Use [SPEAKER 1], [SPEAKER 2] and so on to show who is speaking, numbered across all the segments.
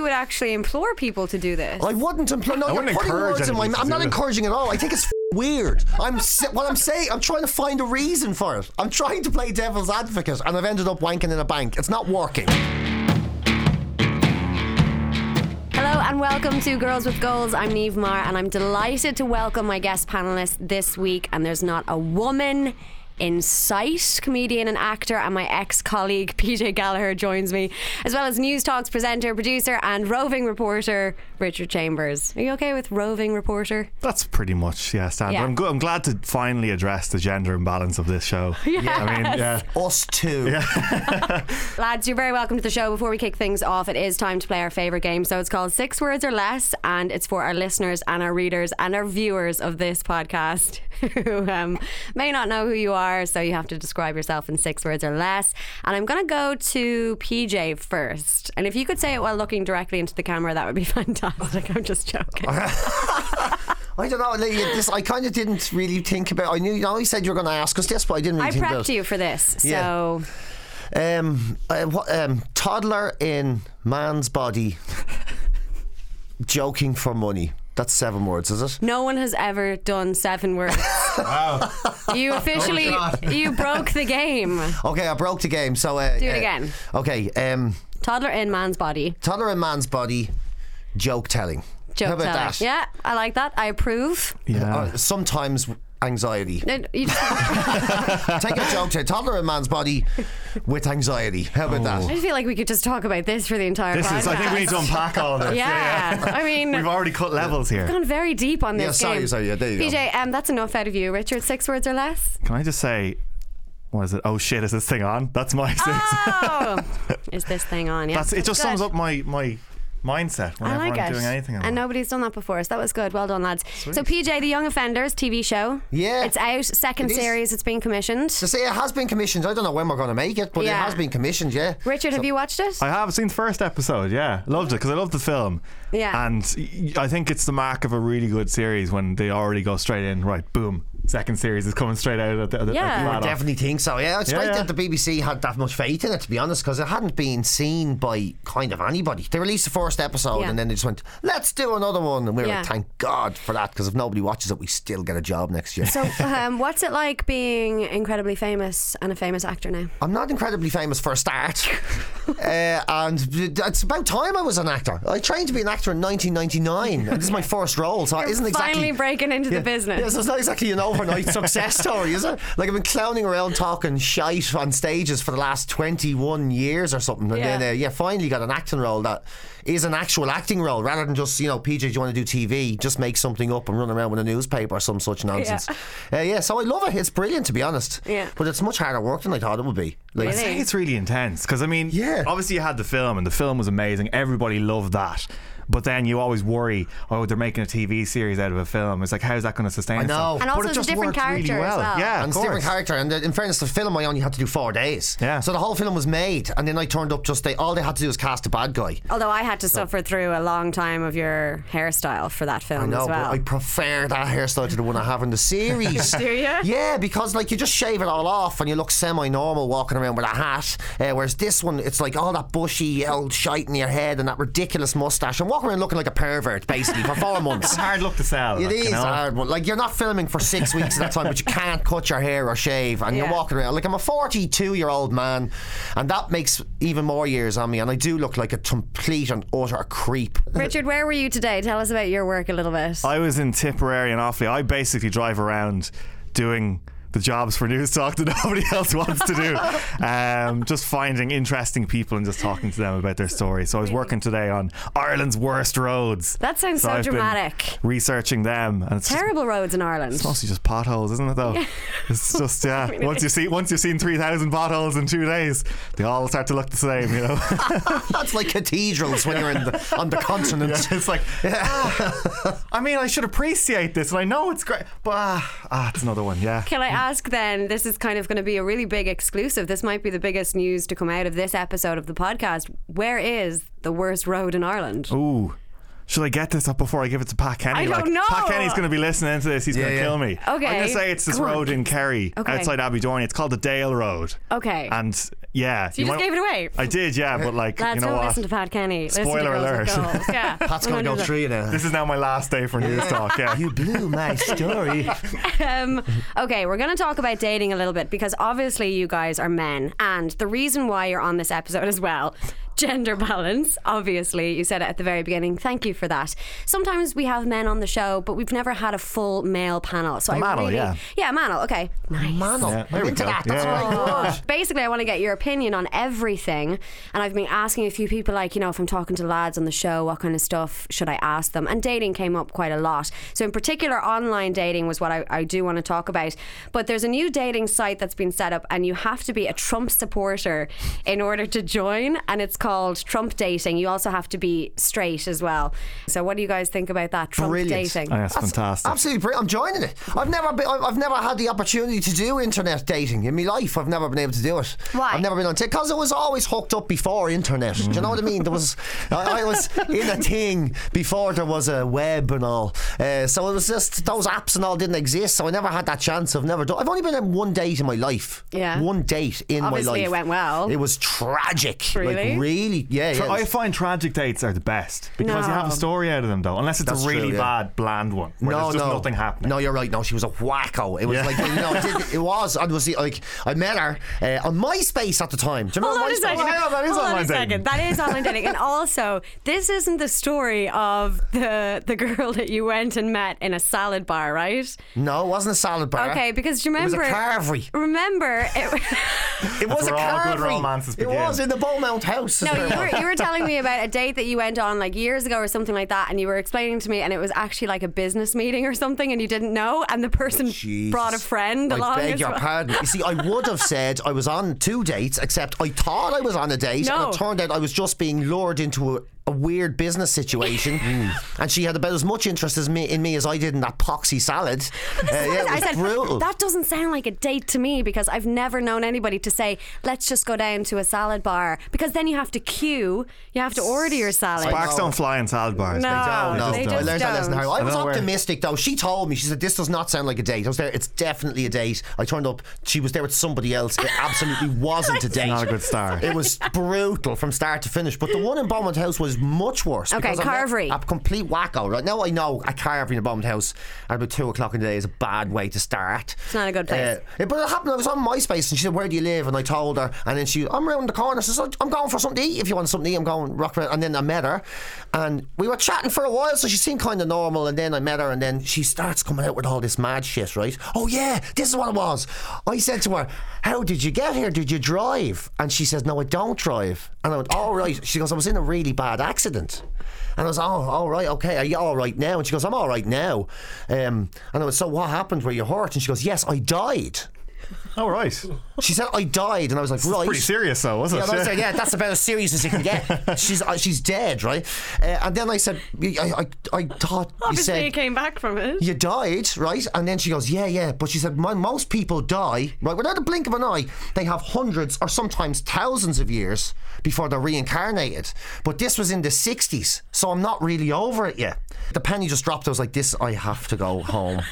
[SPEAKER 1] would actually implore people to do this.
[SPEAKER 2] I wouldn't employ. No,
[SPEAKER 3] I
[SPEAKER 2] you're
[SPEAKER 3] wouldn't
[SPEAKER 2] putting
[SPEAKER 3] encourage
[SPEAKER 2] words in my
[SPEAKER 3] anybody
[SPEAKER 2] mouth.
[SPEAKER 3] to
[SPEAKER 2] I'm
[SPEAKER 3] do
[SPEAKER 2] not
[SPEAKER 3] it.
[SPEAKER 2] encouraging at all. I think it's weird. I'm si- what I'm saying. I'm trying to find a reason for it. I'm trying to play devil's advocate, and I've ended up wanking in a bank. It's not working.
[SPEAKER 1] Hello and welcome to Girls with Goals. I'm Neve Marr and I'm delighted to welcome my guest panelist this week. And there's not a woman in sight. Comedian and actor and my ex colleague PJ Gallagher joins me, as well as News Talks presenter, producer, and roving reporter Richard Chambers. Are you okay with roving reporter?
[SPEAKER 3] That's pretty much yeah, standard.
[SPEAKER 1] Yeah.
[SPEAKER 3] I'm, go- I'm glad to finally address the gender imbalance of this show. Yeah, I mean, yeah.
[SPEAKER 2] Us too.
[SPEAKER 1] Lads, you're very welcome to the show. Before we kick things off, it is time to play our favourite game. So it's called Six Words or Less, and it's for our listeners and our readers and our viewers of this podcast who um, may not know who you are. So you have to describe yourself in six words or less. And I'm going to go to PJ first. And if you could say it while looking directly into the camera, that would be fantastic. I'm just joking.
[SPEAKER 2] I don't know. like, This I kind of didn't really think about. I knew. I always said you were going to ask us this, but I didn't really
[SPEAKER 1] I
[SPEAKER 2] think about.
[SPEAKER 1] prepped
[SPEAKER 2] it.
[SPEAKER 1] you for this.
[SPEAKER 2] Yeah.
[SPEAKER 1] So
[SPEAKER 2] Um, uh, what, um, toddler in man's body, joking for money. That's seven words, is it?
[SPEAKER 1] no one has ever done seven words. wow. You officially, you broke the game.
[SPEAKER 2] Okay, I broke the game. So uh,
[SPEAKER 1] Do it
[SPEAKER 2] uh,
[SPEAKER 1] again.
[SPEAKER 2] Okay, um,
[SPEAKER 1] Toddler in man's body.
[SPEAKER 2] toddler in man's body, joke telling.
[SPEAKER 1] Joke
[SPEAKER 2] How about
[SPEAKER 1] telling.
[SPEAKER 2] that?
[SPEAKER 1] Yeah, I like that. I approve.
[SPEAKER 3] yeah.
[SPEAKER 2] Uh, sometimes anxiety.
[SPEAKER 1] No, you just- I
[SPEAKER 2] Take a joke to toddler in man's body with anxiety. How about that?
[SPEAKER 3] Oh.
[SPEAKER 1] just feel like we could just talk about this for the entire
[SPEAKER 3] this
[SPEAKER 1] podcast.
[SPEAKER 3] is. I think we need to unpack all this.
[SPEAKER 1] Yeah, I mean,
[SPEAKER 3] We've already cut levels here.
[SPEAKER 1] gone very deep on this
[SPEAKER 2] Yeah, sorry,
[SPEAKER 1] game.
[SPEAKER 2] sorry, yeah, there you go.
[SPEAKER 1] PJ, um, that's enough out of you. Richard, six words or less.
[SPEAKER 3] Can I just say, what is it? Oh shit! Is this thing on? That's my six.
[SPEAKER 1] Oh, is this thing on? Yeah,
[SPEAKER 3] That's it. Just
[SPEAKER 1] good. Oh
[SPEAKER 3] sums up my my mindset whenever
[SPEAKER 1] I like
[SPEAKER 3] I'm
[SPEAKER 1] it.
[SPEAKER 3] doing anything. in
[SPEAKER 1] and
[SPEAKER 3] life.
[SPEAKER 1] nobody's done that before us. That was good. Well done, lads. So, PJ, the Young Offenders TV show.
[SPEAKER 2] Yeah.
[SPEAKER 1] It's out. Second
[SPEAKER 2] It is.
[SPEAKER 1] series. It's being commissioned.
[SPEAKER 2] To say it has been commissioned. I don't know when we're going to make it, but
[SPEAKER 1] Yeah.
[SPEAKER 2] it has been commissioned. Yeah.
[SPEAKER 1] Richard, have you watched it?
[SPEAKER 3] I have seen the first episode. Yeah, loved it because I loved the film.
[SPEAKER 1] Yeah.
[SPEAKER 3] and y- I think it's the mark of a really good series when they already go straight in. Right, boom, second series is coming straight out. At the, at the,
[SPEAKER 1] Yeah.
[SPEAKER 3] at
[SPEAKER 1] You
[SPEAKER 3] the
[SPEAKER 1] were
[SPEAKER 3] flat off.
[SPEAKER 2] Definitely think so. Yeah, it's
[SPEAKER 3] Yeah,
[SPEAKER 2] great
[SPEAKER 3] yeah.
[SPEAKER 2] that the BBC had that much faith in it, to be honest, because it hadn't been seen by kind of anybody. They released the first episode
[SPEAKER 1] Yeah.
[SPEAKER 2] and then they just went, "Let's do another one," and we were
[SPEAKER 1] Yeah.
[SPEAKER 2] like, "Thank God for that," because if nobody watches it, we still get a job next year.
[SPEAKER 1] So, um, what's it like being incredibly famous and a famous actor now?
[SPEAKER 2] I'm not incredibly famous for a start, uh, and it's about time I was an actor. I trained to be an actor in 1999. and This is my first role, so it isn't exactly
[SPEAKER 1] Finally breaking into
[SPEAKER 2] Yeah.
[SPEAKER 1] the business.
[SPEAKER 2] Yeah, so it's not exactly an overnight success story, is it? Like I've been clowning around talking shite on stages for the last 21 years or something, and
[SPEAKER 1] Yeah.
[SPEAKER 2] then uh, yeah, finally got an acting role that is an actual acting role rather than just you know PJ, do you want to do TV? Just make something up and run around with a newspaper or some such nonsense. Yeah, uh, yeah. So I love it. It's brilliant to be honest.
[SPEAKER 1] Yeah.
[SPEAKER 2] But it's much harder work than I thought it would be. Like,
[SPEAKER 3] I
[SPEAKER 1] Really?
[SPEAKER 3] think it's really intense because I mean,
[SPEAKER 2] Yeah.
[SPEAKER 3] obviously you had the film and the film was amazing. Everybody loved that. But then you always worry, oh, they're making a TV series out of a film. It's like, how's that going to sustain?
[SPEAKER 2] I know.
[SPEAKER 3] itself?
[SPEAKER 2] And
[SPEAKER 3] But
[SPEAKER 1] also
[SPEAKER 3] it
[SPEAKER 1] it's a
[SPEAKER 3] just
[SPEAKER 1] different
[SPEAKER 3] worked really
[SPEAKER 1] character as well.
[SPEAKER 3] Yeah,
[SPEAKER 2] and
[SPEAKER 3] of
[SPEAKER 2] it's a different
[SPEAKER 3] course.
[SPEAKER 2] character. And uh, in fairness, the film I only had to do four days.
[SPEAKER 3] Yeah.
[SPEAKER 2] So the whole film was made, and then I turned up just they all they had to do was cast a bad guy.
[SPEAKER 1] Although I had to suffer through a long time of your hairstyle for that film
[SPEAKER 2] No,
[SPEAKER 1] as well.
[SPEAKER 2] but I prefer that hairstyle to the one I have in the series.
[SPEAKER 1] Do ya?
[SPEAKER 2] Yeah, because like you just shave it all off and you look semi-normal walking around with a hat. Uh, whereas this one, it's like all that bushy old shite in your head and that ridiculous mustache and walking around looking like a pervert basically for four months.
[SPEAKER 3] It's a hard look to sell.
[SPEAKER 2] It
[SPEAKER 3] like,
[SPEAKER 2] is uh,
[SPEAKER 3] you know?
[SPEAKER 2] hard one. Like you're not filming for six weeks at a time, but you can't cut your hair or shave, and
[SPEAKER 1] Yeah.
[SPEAKER 2] you're walking around like I'm a 42 year old man, and that makes even more years on me, and I do look like a complete and utter creep.
[SPEAKER 1] Richard, where were you today? Tell us about your work a little bit.
[SPEAKER 3] I was in Tipperary and Offaly. I basically drive around doing the jobs for News Talk that nobody else wants to do. Um, just finding interesting people and just talking to them about their stories. So I was working today on Ireland's worst roads.
[SPEAKER 1] That sounds so
[SPEAKER 3] I've been
[SPEAKER 1] dramatic.
[SPEAKER 3] researching them, and it's just
[SPEAKER 1] Terrible roads in Ireland.
[SPEAKER 3] mostly just potholes, isn't it? Though it's just yeah. once you see once you've seen three thousand potholes in two days, they all start to look the same. You know,
[SPEAKER 2] That's like cathedrals when you're in the, on the continent.
[SPEAKER 3] it's like ah, I mean, I should appreciate this, and I know it's great, but ah, ah it's another one. Yeah,
[SPEAKER 1] Can I ask then? This is kind of going to be a really big exclusive. This might be the biggest news to come out of this episode of the podcast. Where is the worst road in Ireland?
[SPEAKER 3] Ooh. should I get this up before I give it to Pat Kenny?
[SPEAKER 1] I
[SPEAKER 3] like,
[SPEAKER 1] don't know.
[SPEAKER 3] Pat Kenny's going to be listening to this. He's going to
[SPEAKER 2] yeah.
[SPEAKER 3] kill me. I'm
[SPEAKER 1] Okay.
[SPEAKER 3] going to say it's this
[SPEAKER 1] Go on.
[SPEAKER 3] road in Kerry
[SPEAKER 1] Okay.
[SPEAKER 3] outside Abbeydorney. It's called the Dale Road.
[SPEAKER 1] Okay.
[SPEAKER 3] And yeah.
[SPEAKER 1] you just gave it away.
[SPEAKER 3] I did, yeah. But like,
[SPEAKER 1] Lads,
[SPEAKER 3] you know
[SPEAKER 1] go
[SPEAKER 3] what?
[SPEAKER 1] listen to Pat Kenny. listen to
[SPEAKER 3] Spoiler
[SPEAKER 1] Girls With
[SPEAKER 3] alert.
[SPEAKER 1] Goals. Yeah.
[SPEAKER 2] Pat's going to go
[SPEAKER 1] 100%.
[SPEAKER 2] through you now.
[SPEAKER 3] this is now my last day for news talk. Yeah.
[SPEAKER 2] You blew my story.
[SPEAKER 1] Um, okay, we're going to talk about dating a little bit because obviously you guys are men, and the reason why you're on this episode as well. Gender balance, obviously. You said it at the very beginning. Thank you for that. Sometimes we have men on the show, but we've never had a full male panel. So I
[SPEAKER 3] manel,
[SPEAKER 1] really,
[SPEAKER 3] yeah.
[SPEAKER 1] yeah, manel. Okay, nice.
[SPEAKER 2] Man,
[SPEAKER 3] Yeah,
[SPEAKER 2] up.
[SPEAKER 3] there we
[SPEAKER 2] into
[SPEAKER 3] go.
[SPEAKER 2] that. That's
[SPEAKER 3] Yeah.
[SPEAKER 2] right.
[SPEAKER 1] Oh. Basically, I want to get your opinion on everything. And I've been asking a few people, like, you know, if I'm talking to lads on the show, what kind of stuff should I ask them? And dating came up quite a lot. So, in particular, online dating was what I, I do want to talk about. But there's a new dating site that's been set up, and you have to be a Trump supporter in order to join. And it's called Trump Dating. You also have to be straight as well. So, what do you guys think about that? Trump
[SPEAKER 2] Brilliant.
[SPEAKER 1] Dating.
[SPEAKER 3] Oh, that's, fantastic.
[SPEAKER 2] Absolutely brilliant. I'm joining it. I've never been, I've I've never had the opportunity to do internet dating in my life. I've never been able to do it.
[SPEAKER 1] Why?
[SPEAKER 2] I've never been on because it was always hooked up before internet. Do you know what I mean? There was I, I was in a thing before there was a web and all. Uh, so it was just those apps and all didn't exist. So I never had that chance. I've never done. I've only been on one date in my life.
[SPEAKER 1] Yeah.
[SPEAKER 2] One date in my
[SPEAKER 1] Obviously
[SPEAKER 2] life.
[SPEAKER 1] it went well.
[SPEAKER 2] It was tragic.
[SPEAKER 1] Really?
[SPEAKER 2] Like really? Yeah. yeah.
[SPEAKER 3] I find tragic dates are the best because you have a
[SPEAKER 1] No.
[SPEAKER 3] story out of them, though. Unless it's
[SPEAKER 2] That's
[SPEAKER 3] a really
[SPEAKER 2] true, yeah.
[SPEAKER 3] bad, bland one where there's just nothing happening.
[SPEAKER 2] No, you're right. No, she was a wacko. It was
[SPEAKER 3] Yeah.
[SPEAKER 2] like you know, it, did- it was. I was like, I met her uh, on MySpace at the time. Do you
[SPEAKER 1] Hold
[SPEAKER 2] remember
[SPEAKER 1] on a
[SPEAKER 2] MySpace? Oh,
[SPEAKER 1] second.
[SPEAKER 3] Yeah, that is
[SPEAKER 1] Hold on
[SPEAKER 3] online
[SPEAKER 1] a
[SPEAKER 3] dating.
[SPEAKER 1] second. That is online dating. And also, this isn't the story of the the girl that you went and met in a salad bar, right?
[SPEAKER 2] No, it wasn't a salad bar.
[SPEAKER 1] Okay, because do you
[SPEAKER 2] Uh, it was a
[SPEAKER 1] remember.
[SPEAKER 2] carvery.
[SPEAKER 1] Remember, it,
[SPEAKER 2] It was a
[SPEAKER 3] where all good
[SPEAKER 2] carvery.
[SPEAKER 3] romances
[SPEAKER 2] it
[SPEAKER 3] begin.
[SPEAKER 2] was in the Beaumont house.
[SPEAKER 1] no, you were, you were telling me about a date that you went on like years ago or something like that, and you were explaining to me, and it was actually like a business meeting or something, and you didn't know, and the person
[SPEAKER 2] Jesus.
[SPEAKER 1] brought a friend
[SPEAKER 2] I
[SPEAKER 1] along.
[SPEAKER 2] beg
[SPEAKER 1] as
[SPEAKER 2] your
[SPEAKER 1] well.
[SPEAKER 2] pardon. You see, I would have said I was on two dates, except I thought I was on a date,
[SPEAKER 1] No.
[SPEAKER 2] and it turned out I was just being lured into a, a weird business situation.
[SPEAKER 1] Mm.
[SPEAKER 2] and she had about as much interest as me in me as I did in that poxy salad. Uh, yeah, it was
[SPEAKER 1] I said,
[SPEAKER 2] brutal.
[SPEAKER 1] that doesn't sound like a date to me because I've never known anybody to say, let's just go down to a salad bar because then you have to queue, you have to order your salad.
[SPEAKER 3] Sparks don't fly in salad bars.
[SPEAKER 1] No,
[SPEAKER 3] they
[SPEAKER 2] No,
[SPEAKER 3] just
[SPEAKER 1] they
[SPEAKER 2] I
[SPEAKER 1] just
[SPEAKER 2] learned that lesson.
[SPEAKER 1] don't.
[SPEAKER 2] Harry. I
[SPEAKER 3] I
[SPEAKER 2] was
[SPEAKER 3] don't know where-
[SPEAKER 2] optimistic though. She told me she said this does not sound like a date. I was there. It's definitely a date. I turned up. She was there with somebody else. It absolutely wasn't a date.
[SPEAKER 3] Not a good start.
[SPEAKER 2] It was brutal from start to finish. But the one in Beaumont House was much worse.
[SPEAKER 1] Okay,
[SPEAKER 2] because I met
[SPEAKER 1] Carvery.
[SPEAKER 2] A complete wacko. Right now I know a carvery in a Beaumont House at about two o'clock in the day is a bad way to start. It's
[SPEAKER 1] not a good place.
[SPEAKER 2] but it happened. I was on MySpace and she said, "Where do you live?" And I told her, and then she, "I'm around the corner." She said, "I'm going for something to eat. If you want something to eat, I'm going rock around." And then I met her, and we were chatting for a while, so she seemed kind of normal. And then I met her, and then she starts coming out with all this mad shit, right? Oh yeah, this is what it was. I said to her, "How did you get here? Did you drive?" And she says, "No, I don't drive." And I went, "All right." She goes, "I was in a really bad accident." And I was, oh, all right, okay, are you all right now? And she goes, I'm all right now. Um, and I was, so what happened? Were you hurt? And she goes, yes, I died.
[SPEAKER 3] All right.
[SPEAKER 2] She said, I died. And I was like, right.
[SPEAKER 3] Pretty serious, though, wasn't
[SPEAKER 2] Yeah,
[SPEAKER 3] it?
[SPEAKER 2] and I was like, yeah, that's about as serious as it can get. she's uh, she's dead, right? Uh, and then I said, I, I, I thought you
[SPEAKER 1] Obviously, you
[SPEAKER 2] said
[SPEAKER 1] came back from it.
[SPEAKER 2] you died, right? And then she goes, yeah, yeah. But she said, My, most people die, right? Without a blink of an eye, they have hundreds or sometimes thousands of years before they're reincarnated. But this was in the 60s, so I'm not really over it yet. The penny just dropped. I was like, this, I have to go home.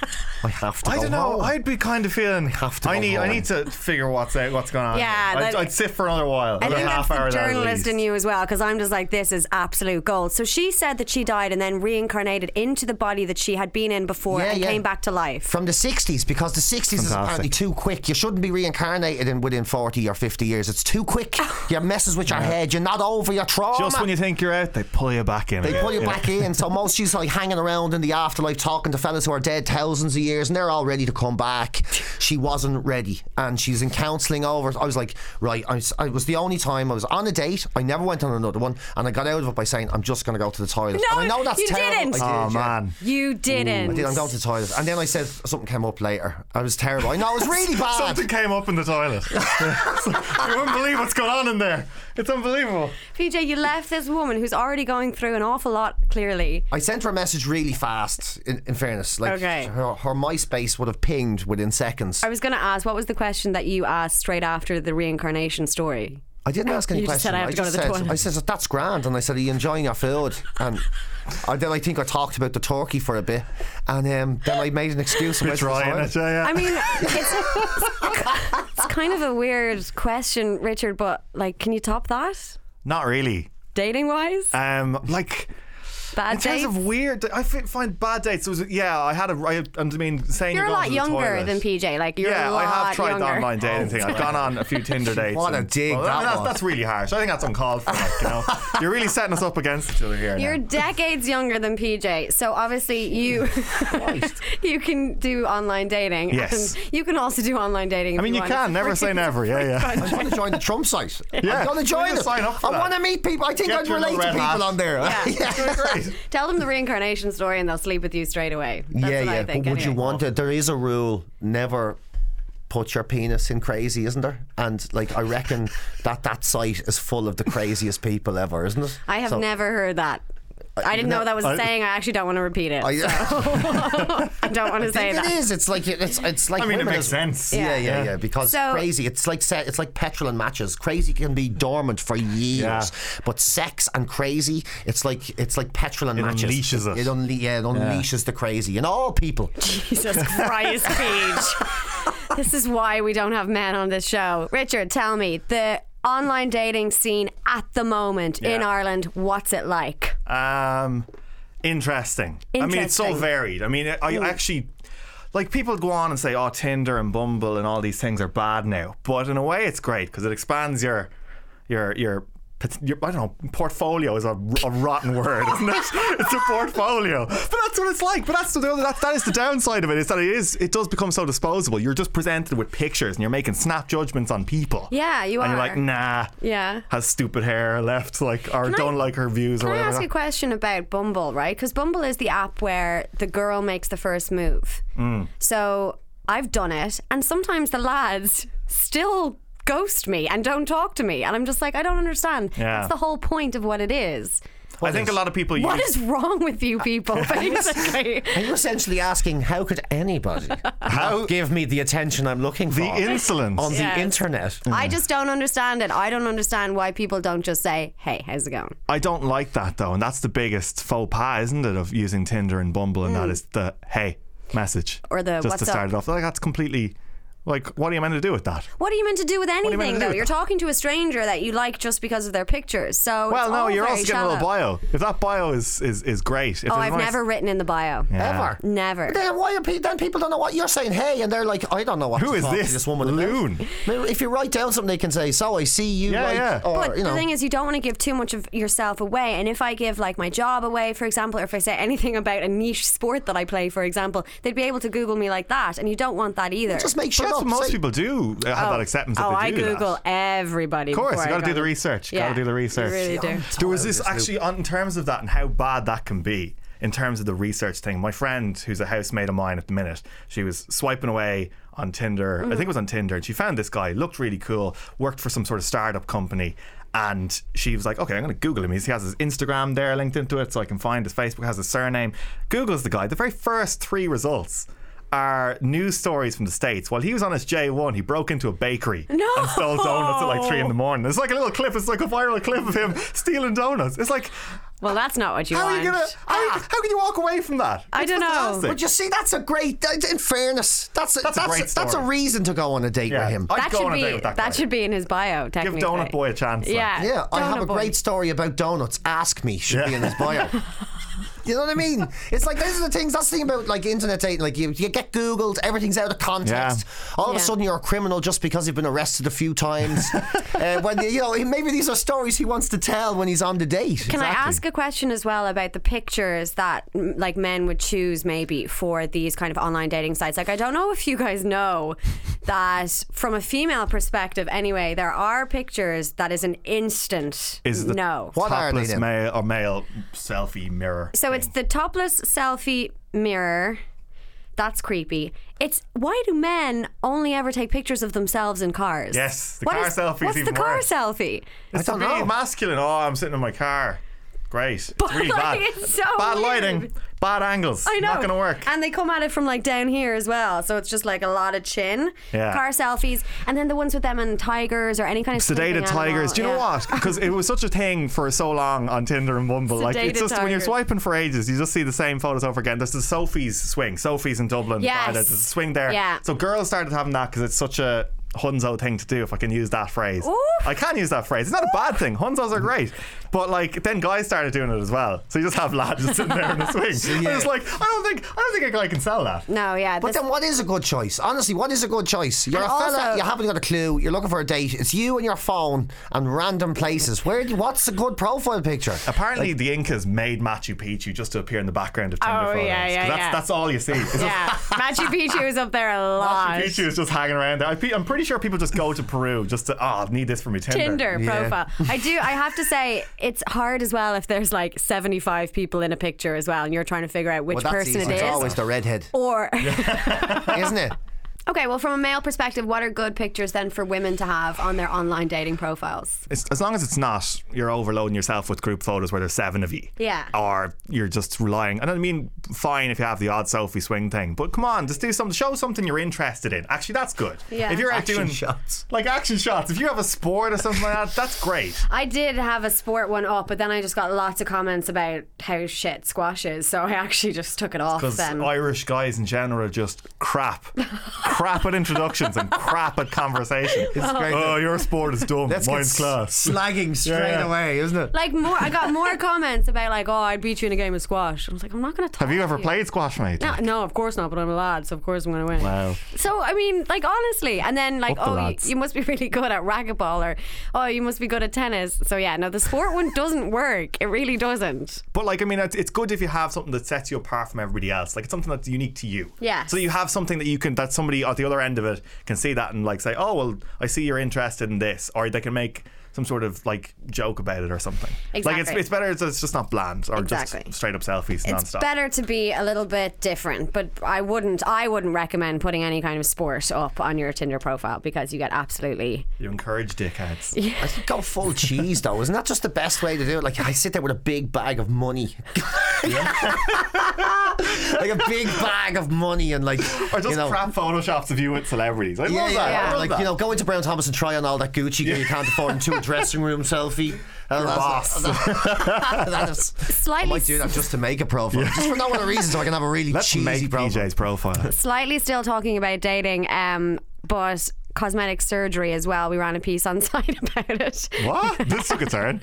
[SPEAKER 2] I have to
[SPEAKER 3] I
[SPEAKER 2] go
[SPEAKER 3] don't know.
[SPEAKER 2] home.
[SPEAKER 3] I'd be kind of feeling.
[SPEAKER 2] Have to
[SPEAKER 3] I
[SPEAKER 2] go
[SPEAKER 3] need. I
[SPEAKER 2] home.
[SPEAKER 3] need to figure what's out, what's going on.
[SPEAKER 1] Yeah,
[SPEAKER 3] here. I'd,
[SPEAKER 1] that-
[SPEAKER 3] I'd sit for another while.
[SPEAKER 1] I
[SPEAKER 3] another
[SPEAKER 1] think
[SPEAKER 3] half
[SPEAKER 1] that's
[SPEAKER 3] hour
[SPEAKER 1] the
[SPEAKER 3] there at
[SPEAKER 1] journalist
[SPEAKER 3] least.
[SPEAKER 1] in you as well, because I'm just like, this is absolute gold. So she said that she died and then reincarnated into the body that she had been in before
[SPEAKER 2] Yeah,
[SPEAKER 1] and
[SPEAKER 2] yeah.
[SPEAKER 1] came back to life.
[SPEAKER 2] From the 60s, because the 60s is
[SPEAKER 3] Fantastic.
[SPEAKER 2] apparently too quick. You shouldn't be reincarnated in within 40 or 50 years. It's too quick. you messes with your head. You're not over your trauma.
[SPEAKER 3] Just when you think you're out, they pull you back in.
[SPEAKER 2] they pull you back in. So most she's like hanging around in the afterlife, talking to fellas who are dead thousands of years, and they're all ready to come back. She wasn't ready, and she's in counselling over. I was like, right, I was, I was the only time I was on a date. I never went on another one, and I got out of it by saying, I'm just going to go to the toilet.
[SPEAKER 1] No,
[SPEAKER 2] and I know that's
[SPEAKER 1] you
[SPEAKER 2] terrible.
[SPEAKER 1] didn't.
[SPEAKER 2] I
[SPEAKER 3] Oh
[SPEAKER 2] did, yeah.
[SPEAKER 3] man.
[SPEAKER 1] You
[SPEAKER 2] I
[SPEAKER 1] didn't.
[SPEAKER 2] did. I'm going to the toilet, and then I said something came up later. I was terrible. I know it was really bad.
[SPEAKER 3] Something came up in the toilet. you wouldn't believe what's going on in there. It's unbelievable.
[SPEAKER 1] PJ, you left this woman who's already going through an awful lot, clearly.
[SPEAKER 2] I sent her a message really fast. In, in fairness, like
[SPEAKER 1] Okay.
[SPEAKER 2] her, her MySpace would have pinged within seconds.
[SPEAKER 1] I was going to ask, what was the question that you asked straight after the reincarnation story?
[SPEAKER 2] I didn't ask any
[SPEAKER 1] Uh, You just
[SPEAKER 2] questions.
[SPEAKER 1] said, "I have to go to the toilet."
[SPEAKER 2] I said, that's grand. And I said, are you enjoying your food? And I, then I think I talked about the turkey for a bit. And um, then I made an excuse. and went to the
[SPEAKER 3] Trying
[SPEAKER 2] toilet.
[SPEAKER 3] it, yeah, yeah.
[SPEAKER 1] I mean, it's, it's kind of a weird question, Richard, but like, can you top that?
[SPEAKER 3] Not really.
[SPEAKER 1] Dating wise?
[SPEAKER 3] Um, like.
[SPEAKER 1] Bad
[SPEAKER 3] In terms
[SPEAKER 1] dates?
[SPEAKER 3] of weird, I fi- find bad dates. Was, yeah, I had a. I, I mean, saying
[SPEAKER 1] You're a
[SPEAKER 3] going to
[SPEAKER 1] lot
[SPEAKER 3] the
[SPEAKER 1] younger
[SPEAKER 3] toilet.
[SPEAKER 1] than PJ. Like, you're
[SPEAKER 3] yeah,
[SPEAKER 1] a lot
[SPEAKER 3] I have tried
[SPEAKER 1] younger.
[SPEAKER 3] the online dating thing. I've gone on Oh, a few Tinder dates.
[SPEAKER 2] What a
[SPEAKER 3] and-
[SPEAKER 2] dig
[SPEAKER 3] I mean,
[SPEAKER 2] that
[SPEAKER 3] that's,
[SPEAKER 2] was.
[SPEAKER 3] that's really harsh. I think that's uncalled for. Like, you know, you're really setting us up against each other here. now.
[SPEAKER 1] You're decades younger than PJ, so obviously you you can do online dating.
[SPEAKER 3] Yes.
[SPEAKER 1] and you can also do online dating.
[SPEAKER 3] I mean, you can never say never. Yeah, yeah.
[SPEAKER 2] I want to join the Trump site.
[SPEAKER 3] Yeah.
[SPEAKER 2] I'm going to
[SPEAKER 3] Why
[SPEAKER 2] join
[SPEAKER 3] not
[SPEAKER 2] it.
[SPEAKER 3] sign up for
[SPEAKER 2] I
[SPEAKER 3] that?
[SPEAKER 2] want to meet people. I think
[SPEAKER 3] Get
[SPEAKER 2] I'd
[SPEAKER 3] your
[SPEAKER 2] relate to
[SPEAKER 3] little red
[SPEAKER 2] people
[SPEAKER 3] hat.
[SPEAKER 2] on there.
[SPEAKER 1] Yeah.
[SPEAKER 3] Great.
[SPEAKER 1] Tell them the reincarnation story, and they'll sleep with you straight away. That's
[SPEAKER 2] yeah,
[SPEAKER 1] what
[SPEAKER 2] yeah.
[SPEAKER 1] I think,
[SPEAKER 2] but would you
[SPEAKER 1] anyway.
[SPEAKER 2] want it? There is a rule: never put your penis in crazy, isn't there? And like, I reckon that that site is full of the craziest people ever, isn't it?
[SPEAKER 1] I have
[SPEAKER 2] So-
[SPEAKER 1] never heard that. I didn't
[SPEAKER 2] no,
[SPEAKER 1] know that was a
[SPEAKER 3] I-
[SPEAKER 1] saying. I actually don't want to repeat it. I,
[SPEAKER 2] I,
[SPEAKER 1] don't want to say
[SPEAKER 2] it
[SPEAKER 1] that.
[SPEAKER 2] is. It's like it's it's like.
[SPEAKER 3] I mean, it
[SPEAKER 2] women
[SPEAKER 3] makes
[SPEAKER 2] is-
[SPEAKER 3] sense.
[SPEAKER 2] Yeah, yeah, yeah.
[SPEAKER 3] Yeah.
[SPEAKER 2] Because
[SPEAKER 1] So-
[SPEAKER 2] crazy, it's like se- it's like petrol and matches. Crazy can be dormant for years,
[SPEAKER 3] Yeah.
[SPEAKER 2] but sex and crazy, it's like it's like petrol and
[SPEAKER 3] It
[SPEAKER 2] matches.
[SPEAKER 3] unleashes it.
[SPEAKER 2] It, unle- yeah, it unleashes the crazy in all people.
[SPEAKER 1] Jesus Christ, Paige. this is why we don't have men on this show. Richard, tell me the online dating scene at the moment in
[SPEAKER 3] Yeah.
[SPEAKER 1] Ireland. What's it like?
[SPEAKER 3] Um, interesting. I mean, it's so
[SPEAKER 1] Interesting. Hmm.
[SPEAKER 3] varied. I mean, I I actually like people go on and say, "Oh, Tinder and Bumble and all these things are bad now," but in a way, it's great because it expands your your your. pot- Your, I don't know. Portfolio is a, a rotten word, isn't it? It's a portfolio, but that's what it's like. But that's the other. That, that is the downside of it. Is that it is. It does become so disposable. You're just presented with pictures, and you're making snap judgments on people.
[SPEAKER 1] Yeah, you
[SPEAKER 3] and
[SPEAKER 1] are.
[SPEAKER 3] you're like, nah.
[SPEAKER 1] Yeah.
[SPEAKER 3] Has stupid hair left, like, or
[SPEAKER 1] I-
[SPEAKER 3] don't like her views, or
[SPEAKER 1] Can I
[SPEAKER 3] whatever.
[SPEAKER 1] ask you a question about Bumble, right? Because Bumble is the app where the girl makes the first move.
[SPEAKER 3] Mm.
[SPEAKER 1] So I've done it, and sometimes the lads still ghost me and don't talk to me. And I'm just like, I don't understand.
[SPEAKER 3] Yeah.
[SPEAKER 1] That's the whole point of what it is.
[SPEAKER 3] I think a lot of people.
[SPEAKER 1] What
[SPEAKER 3] use,
[SPEAKER 1] is wrong with you people, basically?
[SPEAKER 2] Are you essentially asking how could anybody
[SPEAKER 3] How-
[SPEAKER 2] give me the attention I'm looking for
[SPEAKER 3] the insolence?
[SPEAKER 2] on
[SPEAKER 1] Yes.
[SPEAKER 2] the internet?
[SPEAKER 3] Mm-hmm.
[SPEAKER 1] I just don't understand it. I don't understand why people don't just say, "Hey, how's it going?"
[SPEAKER 3] I don't like that though, and that's the biggest faux pas, isn't it, of using Tinder and Bumble, and that is the hey message
[SPEAKER 1] Mm. Or the
[SPEAKER 3] just
[SPEAKER 1] what's
[SPEAKER 3] to start
[SPEAKER 1] up.
[SPEAKER 3] it off. Like that's completely like what are you meant to do with that?
[SPEAKER 1] What are you meant to do with
[SPEAKER 3] you meant
[SPEAKER 1] anything,
[SPEAKER 3] to do
[SPEAKER 1] though?
[SPEAKER 3] with
[SPEAKER 1] You're
[SPEAKER 3] that?
[SPEAKER 1] talking to a stranger that you like just because of their pictures. So
[SPEAKER 3] Well,
[SPEAKER 1] it's
[SPEAKER 3] no,
[SPEAKER 1] all
[SPEAKER 3] you're
[SPEAKER 1] very
[SPEAKER 3] also getting a little
[SPEAKER 1] shallow.
[SPEAKER 3] bio. If that bio is is, is great, if
[SPEAKER 1] Oh,
[SPEAKER 3] there's
[SPEAKER 1] I've
[SPEAKER 3] a nice-
[SPEAKER 1] never written in the bio.
[SPEAKER 2] Ever.
[SPEAKER 1] Never.
[SPEAKER 2] Then why are pe- then people don't know what you're saying? Hey, and they're like, I don't know what
[SPEAKER 3] Who
[SPEAKER 2] to
[SPEAKER 3] is
[SPEAKER 2] talk to
[SPEAKER 3] this,
[SPEAKER 2] this woman about.
[SPEAKER 3] loon?
[SPEAKER 2] Maybe If you write down something, they can say, "So I see you."
[SPEAKER 3] Yeah,
[SPEAKER 2] like,
[SPEAKER 3] yeah.
[SPEAKER 2] Or,
[SPEAKER 1] But
[SPEAKER 2] you know.
[SPEAKER 1] the thing is, you don't want to give too much of yourself away. And if I give like my job away, for example, or if I say anything about a niche sport that I play, for example, they'd be able to Google me like that, and you don't want that either.
[SPEAKER 2] just make sure
[SPEAKER 3] That's what
[SPEAKER 2] up,
[SPEAKER 3] most
[SPEAKER 2] say-
[SPEAKER 3] people do. uh, Have that acceptance.
[SPEAKER 1] oh,
[SPEAKER 3] that
[SPEAKER 1] I
[SPEAKER 3] they do that.
[SPEAKER 1] Google everybody.
[SPEAKER 3] Of course,
[SPEAKER 1] before
[SPEAKER 3] you got
[SPEAKER 1] I
[SPEAKER 3] to do
[SPEAKER 1] go.
[SPEAKER 3] the research.
[SPEAKER 1] Yeah,
[SPEAKER 3] got to do the research.
[SPEAKER 1] You really do.
[SPEAKER 3] There was this
[SPEAKER 2] Tired of
[SPEAKER 3] actually on, in terms of that and how bad that can be in terms of the research thing. My friend, who's a housemate of mine at the minute, she was swiping away on Tinder. I think it was on Tinder, and she found this guy looked really cool, worked for some sort of startup company. And she was like, okay, I'm going to Google him. He's- He has his Instagram there linked into it, so I can find his Facebook, has his surname. Googles the guy. The very first three results are news stories from the States. While he was on his J1, he broke into a bakery and stole donuts at like three in the morning. It's like a little clip, it's like a viral clip of him stealing donuts. It's like,
[SPEAKER 1] Well, that's not what you
[SPEAKER 3] how
[SPEAKER 1] want.
[SPEAKER 3] are you gonna? How, how can you walk away from that?
[SPEAKER 1] I
[SPEAKER 3] It's
[SPEAKER 1] don't know.
[SPEAKER 3] fantastic.
[SPEAKER 2] But you see, that's a great. that- In fairness, that's a, that's
[SPEAKER 3] That's a
[SPEAKER 2] that's,
[SPEAKER 3] great
[SPEAKER 2] a,
[SPEAKER 3] story.
[SPEAKER 2] reason to go on a date
[SPEAKER 3] Yeah.
[SPEAKER 2] with him.
[SPEAKER 3] I'd
[SPEAKER 1] that
[SPEAKER 3] go
[SPEAKER 1] should
[SPEAKER 3] on a
[SPEAKER 1] be
[SPEAKER 3] date with that guy.
[SPEAKER 1] should be in his bio.
[SPEAKER 3] give
[SPEAKER 1] Technically,
[SPEAKER 3] Donut Boy a chance. like.
[SPEAKER 1] Yeah,
[SPEAKER 2] yeah, I have
[SPEAKER 1] Donut
[SPEAKER 2] a
[SPEAKER 1] Boy.
[SPEAKER 2] great story about donuts. Ask me should be in his bio. You know what I mean? It's like these are the things. That's the thing about like internet dating. Like you, you get googled, everything's out of context. All of
[SPEAKER 1] Yeah.
[SPEAKER 2] a sudden, you're a criminal just because you've been arrested a few times. uh, when you know maybe these are stories he wants to tell when he's on the date.
[SPEAKER 1] Can I ask a question as well about the pictures that m- like men would choose maybe for these kind of online dating sites? Like I don't know if you guys know that from a female perspective anyway, there are pictures that is an instant
[SPEAKER 3] Is the
[SPEAKER 1] no.
[SPEAKER 2] What are they
[SPEAKER 3] topless
[SPEAKER 2] then?
[SPEAKER 3] male or male selfie mirror?
[SPEAKER 1] So it's the topless selfie mirror. That's creepy. It's why do men only ever take pictures of themselves in cars?
[SPEAKER 3] Yes, the
[SPEAKER 1] What
[SPEAKER 3] car
[SPEAKER 1] is-
[SPEAKER 3] selfie is
[SPEAKER 1] What's the
[SPEAKER 3] even
[SPEAKER 1] car
[SPEAKER 3] worse.
[SPEAKER 1] selfie?
[SPEAKER 3] It's
[SPEAKER 2] I don't
[SPEAKER 3] to be
[SPEAKER 2] know.
[SPEAKER 3] masculine. Oh, I'm sitting in my car. Great.
[SPEAKER 1] But,
[SPEAKER 3] it's really
[SPEAKER 1] like,
[SPEAKER 3] bad.
[SPEAKER 1] it's so
[SPEAKER 3] bad
[SPEAKER 1] weird.
[SPEAKER 3] lighting, bad angles.
[SPEAKER 1] I know.
[SPEAKER 3] Not going to work.
[SPEAKER 1] And they come at it from like down here as well. So it's just like a lot of chin.
[SPEAKER 3] Yeah.
[SPEAKER 1] Car selfies. And then the ones with them and tigers or any kind of sleeping
[SPEAKER 3] Sedated
[SPEAKER 1] animal.
[SPEAKER 3] tigers. Do you know
[SPEAKER 1] Yeah.
[SPEAKER 3] what? Because it was such a thing for so long on Tinder and Bumble. like
[SPEAKER 1] Sedated
[SPEAKER 3] it's just when you're
[SPEAKER 1] tigers.
[SPEAKER 3] swiping for ages, you just see the same photos over again. There's the Sophie's swing, Sophie's in Dublin.
[SPEAKER 1] Yes.
[SPEAKER 3] Uh, There's a swing there.
[SPEAKER 1] Yeah.
[SPEAKER 3] So girls started having that because it's such a Hunzo thing to do. If I can use that phrase,
[SPEAKER 1] Ooh.
[SPEAKER 3] I can use that phrase. It's not a bad thing. Hunzos are great, but like then guys started doing it as well. So you just have lads just sitting there in a swing.
[SPEAKER 2] Yeah.
[SPEAKER 3] And it's like I don't think I don't think a guy can sell that.
[SPEAKER 1] No, yeah.
[SPEAKER 2] But
[SPEAKER 1] this-
[SPEAKER 2] then, what is a good choice? Honestly, what is a good choice? You're
[SPEAKER 1] And
[SPEAKER 2] a fella,
[SPEAKER 1] also-
[SPEAKER 2] you haven't got a clue, you're looking for a date. It's you and your phone and random places. Where? do you- What's a good profile picture?
[SPEAKER 3] Apparently, the Incas made Machu Picchu just to appear in the background of Tinder
[SPEAKER 1] Oh,
[SPEAKER 3] photos.
[SPEAKER 1] yeah,
[SPEAKER 3] 'cause
[SPEAKER 1] yeah,
[SPEAKER 3] that's,
[SPEAKER 1] yeah.
[SPEAKER 3] that's all you see. It's just
[SPEAKER 1] yeah. Machu Picchu is up there a lot.
[SPEAKER 3] Machu Picchu is just hanging around there. I pe- I'm pretty sure people just go to Peru just to, oh, I need this for my Tinder.
[SPEAKER 1] Tinder
[SPEAKER 2] Yeah.
[SPEAKER 1] profile. I do. I have to say, it's hard as well if there's like 75 people in a picture as well, and you're trying to figure out which
[SPEAKER 2] Well, that's
[SPEAKER 1] person
[SPEAKER 2] easy.
[SPEAKER 1] it
[SPEAKER 2] It's
[SPEAKER 1] is.
[SPEAKER 2] always the redhead,
[SPEAKER 1] or
[SPEAKER 2] isn't it?
[SPEAKER 1] okay, well, from a male perspective, what are good pictures then for women to have on their online dating profiles?
[SPEAKER 3] It's, as long as it's not, you're overloading yourself with group photos where there's seven of you.
[SPEAKER 1] Yeah.
[SPEAKER 3] Or you're just relying. And I mean, fine if you have the odd selfie swing thing, but come on, just do something, show something you're interested in. Actually, that's good.
[SPEAKER 1] Yeah.
[SPEAKER 3] If you're out
[SPEAKER 2] Action
[SPEAKER 3] doing
[SPEAKER 2] shots.
[SPEAKER 3] like action shots, if you have a sport or something like that, that's great.
[SPEAKER 1] I did have a sport one up, but then I just got lots of comments about how shit squash is, so I actually just took it off
[SPEAKER 3] Because
[SPEAKER 1] then.
[SPEAKER 3] Irish guys in general are just crap, crap at introductions and crap at conversation.
[SPEAKER 2] great.
[SPEAKER 3] Oh, your sport is dumb.
[SPEAKER 2] Let's get
[SPEAKER 3] Mine's
[SPEAKER 2] s-
[SPEAKER 3] class.
[SPEAKER 2] slagging straight
[SPEAKER 3] Yeah.
[SPEAKER 2] away, isn't it?
[SPEAKER 1] like more, I got more comments about like, oh, I beat you in a game of squash. I was like, I'm not going to.
[SPEAKER 3] Have you ever played squash, mate?
[SPEAKER 1] No, no, of course not. But I'm a lad, so of course I'm going to win.
[SPEAKER 3] Wow.
[SPEAKER 1] So I mean, like honestly, and then like,
[SPEAKER 3] Up the
[SPEAKER 1] oh, you,
[SPEAKER 3] lads.
[SPEAKER 1] you must be really good at racquetball, or oh, you must be good at tennis. So yeah, no, the sport one doesn't work. It really doesn't.
[SPEAKER 3] But like, I mean, it's, it's good if you have something that sets you apart from everybody else. Like, it's something that's unique to you.
[SPEAKER 1] Yes.
[SPEAKER 3] So you have something that you can that somebody at the other end of it can see that and like say, oh well, I see you're interested in this, or they can make some sort of like joke about it or something. Like it's
[SPEAKER 1] Exactly.
[SPEAKER 3] it's better. It's, it's just not bland or
[SPEAKER 1] Exactly.
[SPEAKER 3] just straight up selfies
[SPEAKER 1] It's
[SPEAKER 3] nonstop.
[SPEAKER 1] better to be a little bit different, but I wouldn't. I wouldn't recommend putting any kind of sport up on your Tinder profile because you get absolutely.
[SPEAKER 3] you encourage dickheads.
[SPEAKER 2] I think go full cheese though. Isn't that just the best way to do it? Like I sit there with a big bag of money. like a big bag of money and like
[SPEAKER 3] Or just
[SPEAKER 2] you know,
[SPEAKER 3] crap photoshops of you with celebrities. I
[SPEAKER 2] Yeah,
[SPEAKER 3] love that.
[SPEAKER 2] yeah,
[SPEAKER 3] I
[SPEAKER 2] yeah.
[SPEAKER 3] love
[SPEAKER 2] Like
[SPEAKER 3] that.
[SPEAKER 2] you know, go into Brown Thomas and try on all that Gucci gear you can't afford into a dressing room selfie. Uh, that's-
[SPEAKER 3] boss.
[SPEAKER 2] that is- I
[SPEAKER 1] Slightly
[SPEAKER 2] might do that just to make a profile, just for no other reason, so I can have a really
[SPEAKER 3] Let's
[SPEAKER 2] cheesy
[SPEAKER 3] make
[SPEAKER 2] profile.
[SPEAKER 3] DJ's profile.
[SPEAKER 1] slightly still talking about dating, um, but cosmetic surgery as well. We ran a piece on site about it.
[SPEAKER 3] what? This took a turn.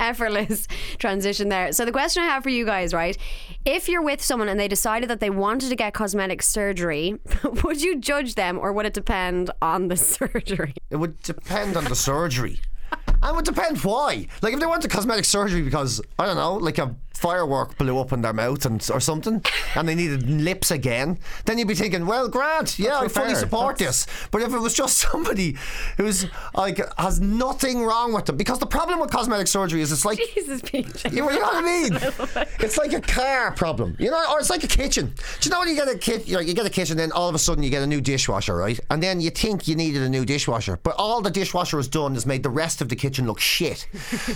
[SPEAKER 1] effortless transition there. So the question I have for you guys, right? If you're with someone and they decided that they wanted to get cosmetic surgery, would you judge them or would it depend on the surgery?
[SPEAKER 2] It would depend on the surgery. And it would depend why. Like if they went to cosmetic surgery because I don't know, like a firework blew up in their mouth and or something, and they needed lips again, then you'd be thinking, well, Grant, yeah, I fully
[SPEAKER 3] fair.
[SPEAKER 2] support this. But if it was just somebody who's like has nothing wrong with them, because the problem with cosmetic surgery is it's like
[SPEAKER 1] Jesus, PJ.
[SPEAKER 2] you know what I mean? It's like a car problem, you know, or it's like a kitchen. Do you know when you get a kit, you, know, you get a kitchen, then all of a sudden you get a new dishwasher, right? And then you think you needed a new dishwasher, but all the dishwasher has done is made the rest of the kitchen look shit.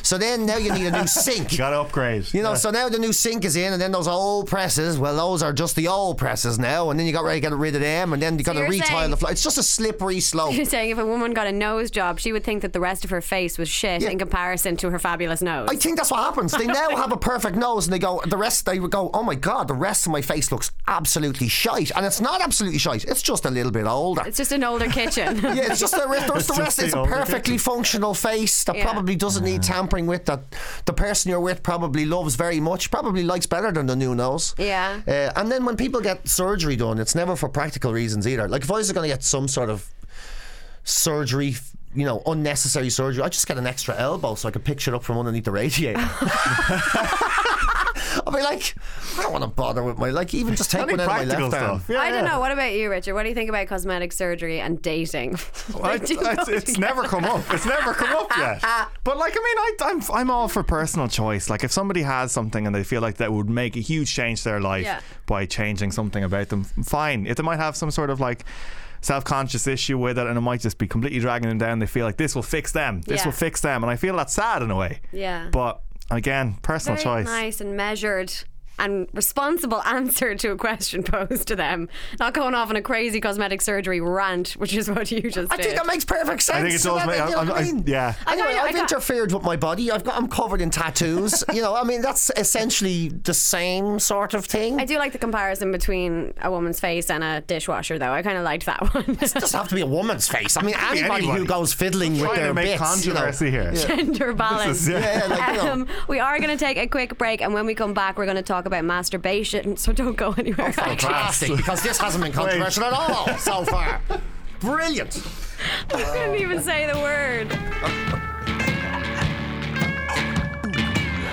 [SPEAKER 2] so then now you need a new sink.
[SPEAKER 3] Got to upgrade.
[SPEAKER 2] You know, so now the new sink is in, and then those old presses. Well, those are just the old presses now, and then you got ready to get rid of them, and then you got to
[SPEAKER 1] you're
[SPEAKER 2] retile
[SPEAKER 1] saying-
[SPEAKER 2] the floor. It's just a slippery slope.
[SPEAKER 1] You're saying if a woman got a nose job, she would think that the rest of her face was shit
[SPEAKER 2] Yeah.
[SPEAKER 1] in comparison to her fabulous nose.
[SPEAKER 2] I think that's what happens. They now have a perfect nose, and they go. The rest, they would go. Oh my god, the rest of my face looks absolutely shite, and it's not absolutely shite. It's just a little bit older.
[SPEAKER 1] it's just an older kitchen.
[SPEAKER 2] yeah, it's just the rest. The
[SPEAKER 3] just
[SPEAKER 2] rest
[SPEAKER 3] the
[SPEAKER 2] is a
[SPEAKER 3] older
[SPEAKER 2] perfectly functional face that
[SPEAKER 1] Yeah.
[SPEAKER 2] probably doesn't need tampering with. That the person you're with probably loves very much. Probably likes better than the new nose.
[SPEAKER 1] Yeah.
[SPEAKER 2] Uh, and then when people get surgery done, it's never for practical reasons either. Like if I was going to get some sort of surgery, f- you know, unnecessary surgery, I'd just get an extra elbow so I could picture it up from underneath the radiator. I'd be like, I don't want to bother with my like even just take
[SPEAKER 3] Any
[SPEAKER 2] one out of my
[SPEAKER 3] practical
[SPEAKER 2] left arm.
[SPEAKER 3] stuff. Yeah,
[SPEAKER 1] I don't
[SPEAKER 3] yeah.
[SPEAKER 1] know. What about you, Richard? What do you think about cosmetic surgery and dating?
[SPEAKER 3] I,
[SPEAKER 1] They do
[SPEAKER 3] it's,
[SPEAKER 1] go
[SPEAKER 3] it's
[SPEAKER 1] together.
[SPEAKER 3] never come up. It's never come up yet. But like, I mean, I, I'm I'm all for personal choice. Like, if somebody has something and they feel like that would make a huge change to their life
[SPEAKER 1] Yeah.
[SPEAKER 3] by changing something about them, fine. If they might have some sort of like self-conscious issue with it and it might just be completely dragging them down, they feel like this will fix them. This
[SPEAKER 1] Yeah.
[SPEAKER 3] will fix them, and I feel that's sad in a way.
[SPEAKER 1] Yeah.
[SPEAKER 3] But Again, personal
[SPEAKER 1] Very
[SPEAKER 3] choice.
[SPEAKER 1] Nice and measured and responsible answer to a question posed to them. Not going off on a crazy cosmetic surgery rant, which is what you just
[SPEAKER 2] I
[SPEAKER 1] did.
[SPEAKER 2] think that makes perfect sense.
[SPEAKER 3] I think it
[SPEAKER 2] So
[SPEAKER 3] does
[SPEAKER 2] that-
[SPEAKER 3] make-
[SPEAKER 2] you know
[SPEAKER 3] I'm-
[SPEAKER 2] what I
[SPEAKER 3] I'm-
[SPEAKER 2] mean?
[SPEAKER 3] yeah. I
[SPEAKER 1] got
[SPEAKER 2] Anyway,
[SPEAKER 1] you, I
[SPEAKER 2] I've
[SPEAKER 1] got-
[SPEAKER 2] interfered with my body. I've got, I'm covered in tattoos. you know, I mean, that's essentially the same sort of thing.
[SPEAKER 1] I do like the comparison between a woman's face and a dishwasher, though. I kind of liked that one.
[SPEAKER 2] It doesn't have to be a woman's face. I mean, anybody,
[SPEAKER 3] anybody.
[SPEAKER 2] who goes fiddling with
[SPEAKER 3] Trying
[SPEAKER 2] their
[SPEAKER 3] to make
[SPEAKER 2] bits,
[SPEAKER 3] controversy
[SPEAKER 2] you know.
[SPEAKER 3] here.
[SPEAKER 1] Gender balance.
[SPEAKER 3] yeah.
[SPEAKER 2] Yeah, like, you know.
[SPEAKER 1] Um, we are going to take a quick break, and when we come back, we're going to talk about masturbation. So don't go anywhere.
[SPEAKER 2] Fantastic, because this hasn't been controversial at all so far. Brilliant.
[SPEAKER 3] Hmm.
[SPEAKER 1] I couldn't even say the word.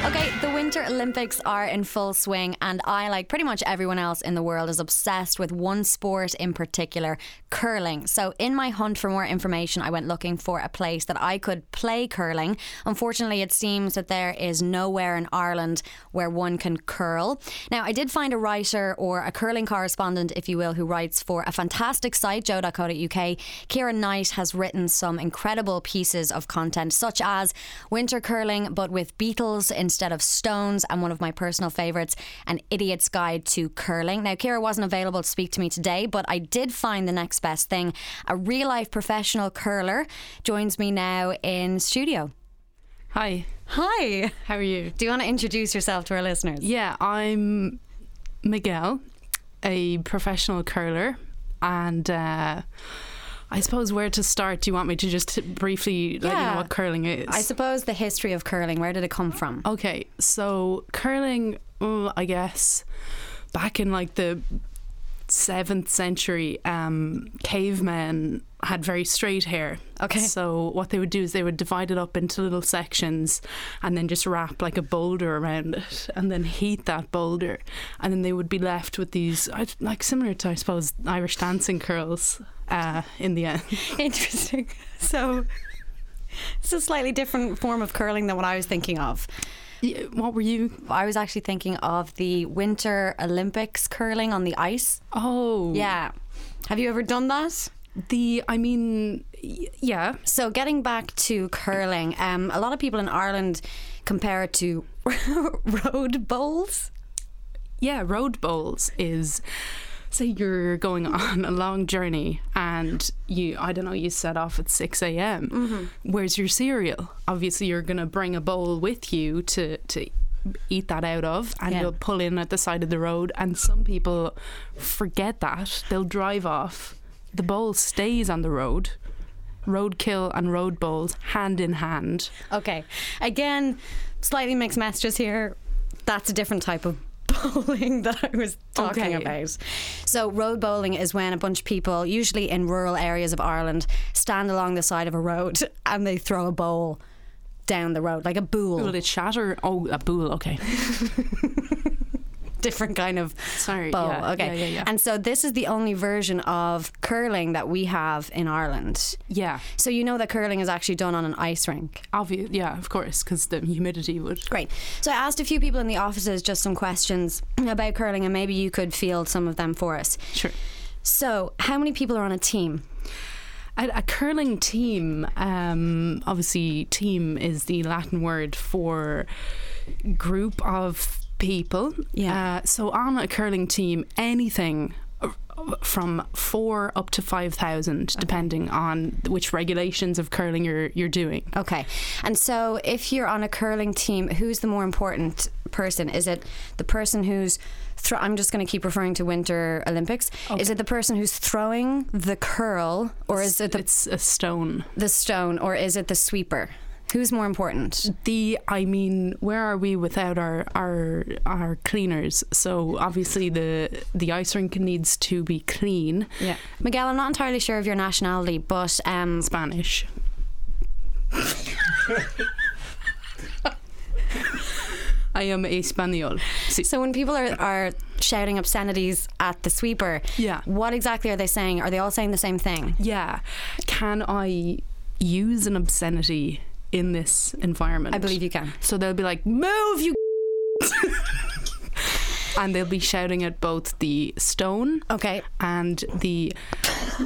[SPEAKER 1] Okay, the Winter Olympics are in full swing, and I, like pretty much everyone else in the world, is obsessed with one sport in particular curling. So, in my hunt for more information, I went looking for a place that I could play curling. Unfortunately, it seems that there is nowhere in Ireland where one can curl. Now, I did find a writer or a curling correspondent, if you will, who writes for a fantastic site, joe.co.uk. Kieran Knight has written some incredible pieces of content, such as winter curling, but with beetles instead of stones, and one of my personal favourites, An Idiot's Guide to Curling. Now, Kira wasn't available to speak to me today, but I did find the next best thing. A real life professional curler joins me now in studio.
[SPEAKER 4] Hi,
[SPEAKER 1] Hi.
[SPEAKER 4] how are you?
[SPEAKER 1] Do you want to introduce yourself to our listeners?
[SPEAKER 4] Yeah, I'm Miguel, a professional curler, and uh, I suppose where to start? Do you want me to just briefly let you
[SPEAKER 1] Yeah.
[SPEAKER 4] know what curling is?
[SPEAKER 1] I suppose the history of curling, where did it come from?
[SPEAKER 4] Okay, so curling, mm, I guess, back in like the seventh century, um, cavemen had very straight hair.
[SPEAKER 1] Okay.
[SPEAKER 4] So what they would do is they would divide it up into little sections, and then just wrap like a boulder around it, and then heat that boulder, and then they would be left with these I- like similar to I suppose Irish dancing curls. Uh, in the end,
[SPEAKER 1] Interesting. So it's a slightly different form of curling than what I was thinking of.
[SPEAKER 4] Y- what were you?
[SPEAKER 1] I was actually thinking of the Winter Olympics curling on the ice.
[SPEAKER 4] Oh,
[SPEAKER 1] Yeah. Have you ever done that?
[SPEAKER 4] The I mean, y- yeah.
[SPEAKER 1] So getting back to curling, um, a lot of people in Ireland compare it to road bowls.
[SPEAKER 4] yeah, road bowls is say you're going on a long journey and you I don't know you set off at 6 a.m. Where's your cereal? Obviously you're gonna bring a bowl with you to to eat that out of and
[SPEAKER 1] Yeah.
[SPEAKER 4] you'll pull in at the side of the road and some people forget that they'll drive off the bowl stays on the road roadkill and road bowls hand in hand
[SPEAKER 1] Okay. Again, slightly mixed messages here. That's a different type of bowling that I was talking
[SPEAKER 4] Okay.
[SPEAKER 1] about. So, road bowling is when a bunch of people, usually in rural areas of Ireland, stand along the side of a road and they throw a bowl down the road, like a bool.
[SPEAKER 4] will it shatter oh a bowl okay
[SPEAKER 1] Different kind of
[SPEAKER 4] sorry
[SPEAKER 1] bowl.
[SPEAKER 4] yeah,
[SPEAKER 1] okay.
[SPEAKER 4] yeah, yeah, yeah.
[SPEAKER 1] And so, this is the only version of curling that we have in Ireland.
[SPEAKER 4] yeah
[SPEAKER 1] So, you know that curling is actually done on an ice rink.
[SPEAKER 4] obvious yeah of course because the humidity would
[SPEAKER 1] Great. So I asked a few people in the offices just some questions about curling, and maybe you could field some of them for us.
[SPEAKER 4] sure
[SPEAKER 1] So, how many people are on a team?
[SPEAKER 4] a, a curling team um, obviously team is the latin word for group of people
[SPEAKER 1] Yeah.
[SPEAKER 4] uh, so on a curling team anything uh, from four up to five thousand, depending on which regulations of curling you're you're doing.
[SPEAKER 1] Okay. And so, if you're on a curling team, who's the more important person? Is it the person who's thro- I'm just going to keep referring to Winter Olympics. Is it the person who's throwing the curl, or is it the,
[SPEAKER 4] It's a stone.
[SPEAKER 1] the stone, or is it the sweeper? Who's more important?
[SPEAKER 4] the I mean, where are we without our our our cleaners? So obviously the the ice rink needs to be clean.
[SPEAKER 1] Yeah. Miguel, I'm not entirely sure of your nationality, but um,
[SPEAKER 4] Spanish. I am Espanol. Sí.
[SPEAKER 1] So when people are, are shouting obscenities at the sweeper,
[SPEAKER 4] Yeah.
[SPEAKER 1] what exactly are they saying? Are they all saying the same thing?
[SPEAKER 4] Yeah. Can I use an obscenity in this environment?
[SPEAKER 1] I believe you can.
[SPEAKER 4] So they'll be like, "Move, you!" and they'll be shouting at both the stone
[SPEAKER 1] Okay.
[SPEAKER 4] and the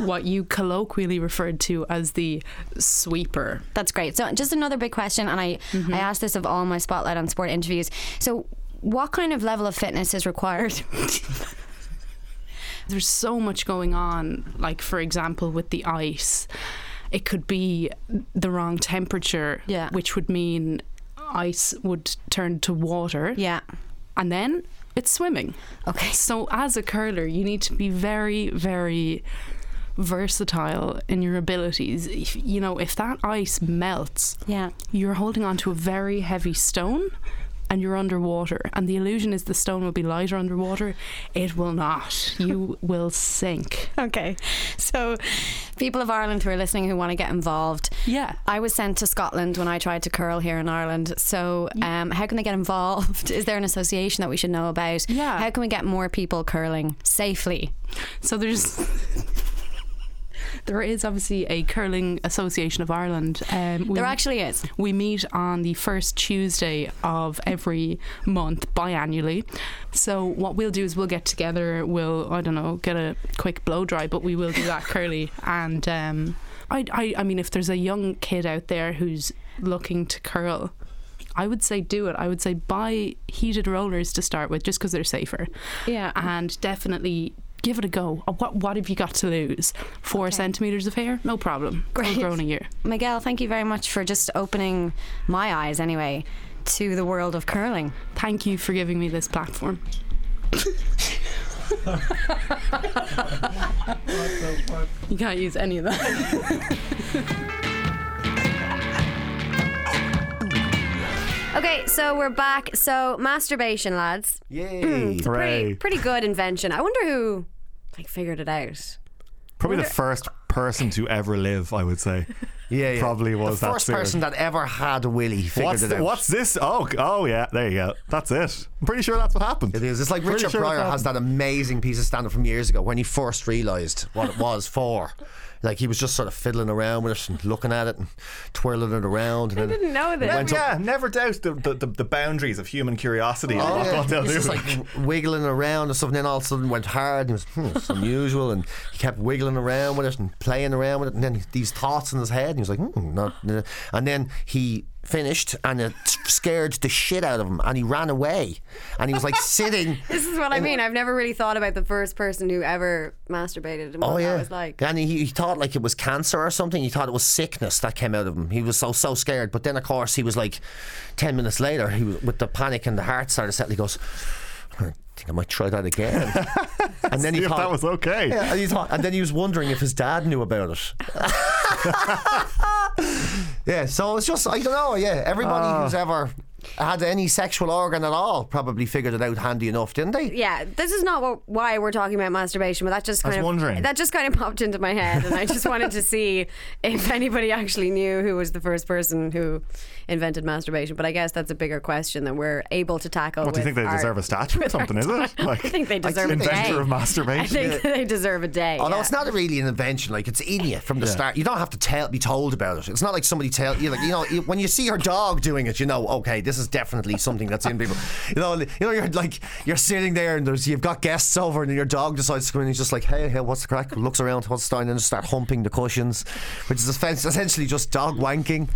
[SPEAKER 4] what you colloquially referred to as the sweeper.
[SPEAKER 1] That's great. So, just another big question, and I, I ask this of all my Spotlight on Sport interviews. So, what kind of level of fitness is required?
[SPEAKER 4] There's so much going on, like, for example, with the ice. It could be the wrong temperature,
[SPEAKER 1] Yeah.
[SPEAKER 4] which would mean ice would turn to water.
[SPEAKER 1] yeah.
[SPEAKER 4] And then it's swimming.
[SPEAKER 1] Okay.
[SPEAKER 4] So, as a curler, you need to be very, very versatile in your abilities. If, you know, if that ice melts,
[SPEAKER 1] Yeah.
[SPEAKER 4] you're holding on to a very heavy stone and you're underwater. And the illusion is the stone will be lighter underwater. It will not. You will sink.
[SPEAKER 1] Okay. So, people of Ireland who are listening who want to get involved,
[SPEAKER 4] Yeah.
[SPEAKER 1] I was sent to Scotland when I tried to curl here in Ireland. So, um, how can they get involved? Is there an association that we should know about?
[SPEAKER 4] Yeah.
[SPEAKER 1] How can we get more people curling safely?
[SPEAKER 4] So there's. There is obviously a Curling Association of Ireland. Um, we-
[SPEAKER 1] There actually is.
[SPEAKER 4] We meet on the first Tuesday of every month biannually. So what we'll do is we'll get together. We'll I don't know get a quick blow dry, but we will do that curly. And um, I, I I mean if there's a young kid out there who's looking to curl. I would say do it. I would say buy heated rollers to start with, just because they're safer.
[SPEAKER 1] Yeah.
[SPEAKER 4] And definitely give it a go. Uh, What What have you got to lose? Four
[SPEAKER 1] Okay.
[SPEAKER 4] centimeters of hair, no problem.
[SPEAKER 1] Great.
[SPEAKER 4] Full grown a year.
[SPEAKER 1] Miguel, thank you very much for just opening my eyes anyway to the world of curling.
[SPEAKER 4] Thank you for giving me this platform. you can't use any of that.
[SPEAKER 1] Okay, so we're back. So masturbation, lads.
[SPEAKER 2] Yay.
[SPEAKER 1] Pretty,
[SPEAKER 3] Hooray.
[SPEAKER 1] pretty good invention. I wonder who like figured it out.
[SPEAKER 3] Probably the first person to ever live, I would say.
[SPEAKER 2] Yeah, yeah.
[SPEAKER 3] Probably was
[SPEAKER 2] the
[SPEAKER 3] that
[SPEAKER 2] first
[SPEAKER 3] soon.
[SPEAKER 2] person that ever had a willy figured
[SPEAKER 3] What's,
[SPEAKER 2] it out.
[SPEAKER 3] what's this? Oh, g- oh yeah, there you go. That's it. I'm pretty sure that's what happened.
[SPEAKER 2] It is. It's like
[SPEAKER 3] Pretty
[SPEAKER 2] Richard
[SPEAKER 3] sure that's
[SPEAKER 2] Pryor has
[SPEAKER 3] happened.
[SPEAKER 2] that amazing piece of stand up from years ago when he first realised what it was for. Like he was just sort of fiddling around with it and looking at it and twirling it around. And I
[SPEAKER 1] didn't know this.
[SPEAKER 2] Went up,
[SPEAKER 3] yeah, never doubt the, the, the, the boundaries of human curiosity. and what
[SPEAKER 2] yeah.
[SPEAKER 3] they'll
[SPEAKER 2] He's
[SPEAKER 3] do.
[SPEAKER 2] just like wiggling around and stuff, and then all of a sudden went hard and was hmm, it's unusual, and he kept wiggling around with it and playing around with it, and then these thoughts in his head, and he was like, hmm, not, uh," and then he finished, and it scared the shit out of him, and he ran away, and he was like sitting.
[SPEAKER 1] This is what I mean. I've never really thought about the first person who ever masturbated and what
[SPEAKER 2] Oh
[SPEAKER 1] that
[SPEAKER 2] yeah,
[SPEAKER 1] was like.
[SPEAKER 2] and he, he thought like it was cancer or something. He thought it was sickness that came out of him. He was so so scared. But then of course he was like, ten minutes later, he was, with the panic and the heart started settling. He goes, I think I might try that again. and then
[SPEAKER 3] See
[SPEAKER 2] he
[SPEAKER 3] if
[SPEAKER 2] thought
[SPEAKER 3] that was okay.
[SPEAKER 2] Yeah, and, he thought, and then he was wondering if his dad knew about it. yeah, so it's just I don't know. Yeah, everybody
[SPEAKER 3] Ah.
[SPEAKER 2] who's ever had any sexual organ at all probably figured it out handy enough, didn't they?
[SPEAKER 1] Yeah, this is not what, why we're talking about masturbation, but that just
[SPEAKER 3] I was
[SPEAKER 1] kind of
[SPEAKER 3] wondering.
[SPEAKER 1] that just kind of popped into my head, and I just wanted to see if anybody actually knew who was the first person who invented masturbation. But I guess that's a bigger question that we're able to tackle.
[SPEAKER 3] What do you think they deserve a statue or something? Is it? Like,
[SPEAKER 1] I think they deserve a
[SPEAKER 3] inventor
[SPEAKER 1] day.
[SPEAKER 3] of
[SPEAKER 1] I
[SPEAKER 3] masturbation.
[SPEAKER 1] think they deserve a day.
[SPEAKER 2] Although
[SPEAKER 1] yeah.
[SPEAKER 2] Oh, it's not really an invention, like it's in you from the start. You don't have to tell, be told about it. It's not like somebody tell you, like you know, you- when you see your dog doing it, you know, okay, this is definitely something that's in people. You know, you know, you're like you're sitting there and there's you've got guests over and your dog decides to come in. And he's just like, hey, hey, what's the crack? Looks around, what's the story? And then just start humping the cushions, which is effen- essentially just dog wanking.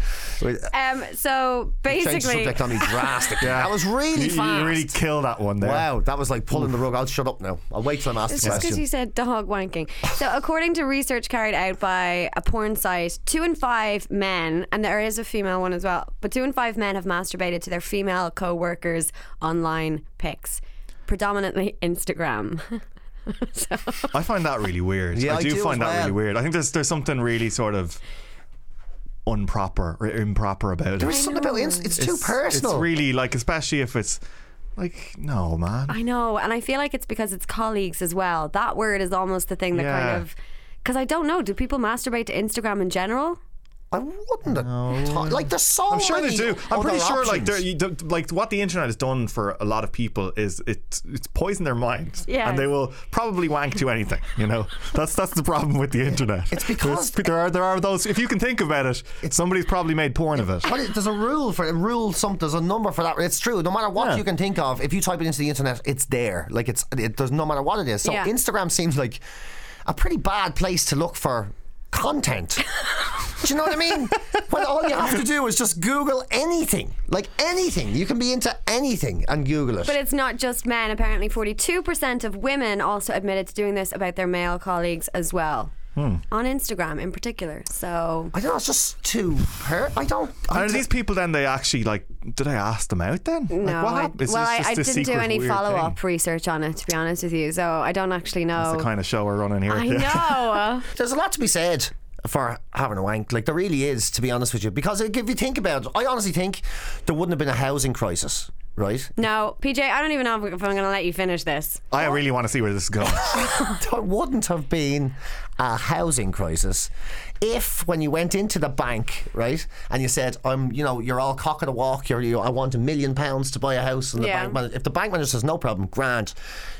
[SPEAKER 2] uh,
[SPEAKER 1] Um, so
[SPEAKER 2] Change the
[SPEAKER 1] basically,
[SPEAKER 2] subject on me drastic. That was really
[SPEAKER 3] you,
[SPEAKER 2] fast.
[SPEAKER 3] you really kill that one there.
[SPEAKER 2] wow, that was like pulling the rug. I'll shut up now. I'll wait till I'm asked
[SPEAKER 1] It's
[SPEAKER 2] the
[SPEAKER 1] just because
[SPEAKER 2] question.
[SPEAKER 1] you said dog wanking. So, according to research carried out by a porn site, two in five men, and there is a female one as well, but two in five men have masturbated to their female co workers' online pics, predominantly Instagram. so,
[SPEAKER 3] I find that really weird.
[SPEAKER 2] Yeah,
[SPEAKER 3] I,
[SPEAKER 2] I
[SPEAKER 3] do,
[SPEAKER 2] do as
[SPEAKER 3] find that really
[SPEAKER 2] well.
[SPEAKER 3] weird. I think there's there's something really sort of unproper or improper about
[SPEAKER 2] There
[SPEAKER 3] it.
[SPEAKER 2] is something about inst- it's, too personal.
[SPEAKER 3] It's really like, especially if it's like, no, man.
[SPEAKER 1] I know, and I feel like it's because it's colleagues as well. That word is almost the thing that
[SPEAKER 3] Yeah.
[SPEAKER 1] kind of. Because I don't know, do people masturbate to Instagram in general?
[SPEAKER 2] I wouldn't. have thought- like there's so
[SPEAKER 3] I'm sure they
[SPEAKER 2] many
[SPEAKER 3] do. I'm
[SPEAKER 2] other
[SPEAKER 3] pretty sure, like,
[SPEAKER 2] options.
[SPEAKER 3] there- you, don't- like what the internet has done for a lot of people is it it's poisoned their minds,
[SPEAKER 1] Yeah.
[SPEAKER 3] and they will probably wank to anything. You know, that's that's the problem with the internet. It's
[SPEAKER 2] because-
[SPEAKER 3] there are there are those. If you can think about it, somebody's probably made porn of it.
[SPEAKER 2] But it- there's a rule for a rule. Some there's a number for that. It's true. No matter what
[SPEAKER 3] Yeah.
[SPEAKER 2] you can think of, if you type it into the internet, it's there. Like it's it, there's no matter what it is. So
[SPEAKER 1] Yeah.
[SPEAKER 2] Instagram seems like. a pretty bad place to look for content. do you know what I mean? When all you have to do is just Google anything, like anything. You can be into anything and Google it.
[SPEAKER 1] But it's not just men. Apparently, 42% of women also admitted to doing this about their male colleagues as well.
[SPEAKER 3] Hmm.
[SPEAKER 1] On Instagram in particular. So,
[SPEAKER 2] I don't know. It's just too hurt. I don't. I
[SPEAKER 3] And are
[SPEAKER 2] don't-
[SPEAKER 3] these people then they actually like did I ask them out then? No.
[SPEAKER 1] no.
[SPEAKER 3] Like, what
[SPEAKER 1] I,
[SPEAKER 3] happened? Is
[SPEAKER 1] well,
[SPEAKER 3] this
[SPEAKER 1] I,
[SPEAKER 3] just
[SPEAKER 1] I
[SPEAKER 3] this
[SPEAKER 1] didn't do
[SPEAKER 3] secret
[SPEAKER 1] any
[SPEAKER 3] weird
[SPEAKER 1] follow
[SPEAKER 3] thing?
[SPEAKER 1] up research on it, to be honest with you. So, I don't actually know.
[SPEAKER 3] That's the kind of show we're running here.
[SPEAKER 1] I
[SPEAKER 3] Yeah.
[SPEAKER 1] know.
[SPEAKER 2] there's a lot to be said for having a wank. Like there really is, to be honest with you. Because if you think about it, I honestly think there wouldn't have been a housing crisis, right?
[SPEAKER 1] no, PJ, I don't even know if I'm going to let you finish this.
[SPEAKER 3] I really want to see where this is going.
[SPEAKER 2] there wouldn't have been a housing crisis if, when you went into the bank, right, and you said, "I'm, you know, you're all cock of the walk. You're, you, I want a million pounds to buy a house." And the
[SPEAKER 1] Yeah.
[SPEAKER 2] bank manager, if the bank manager says, "No problem, grand,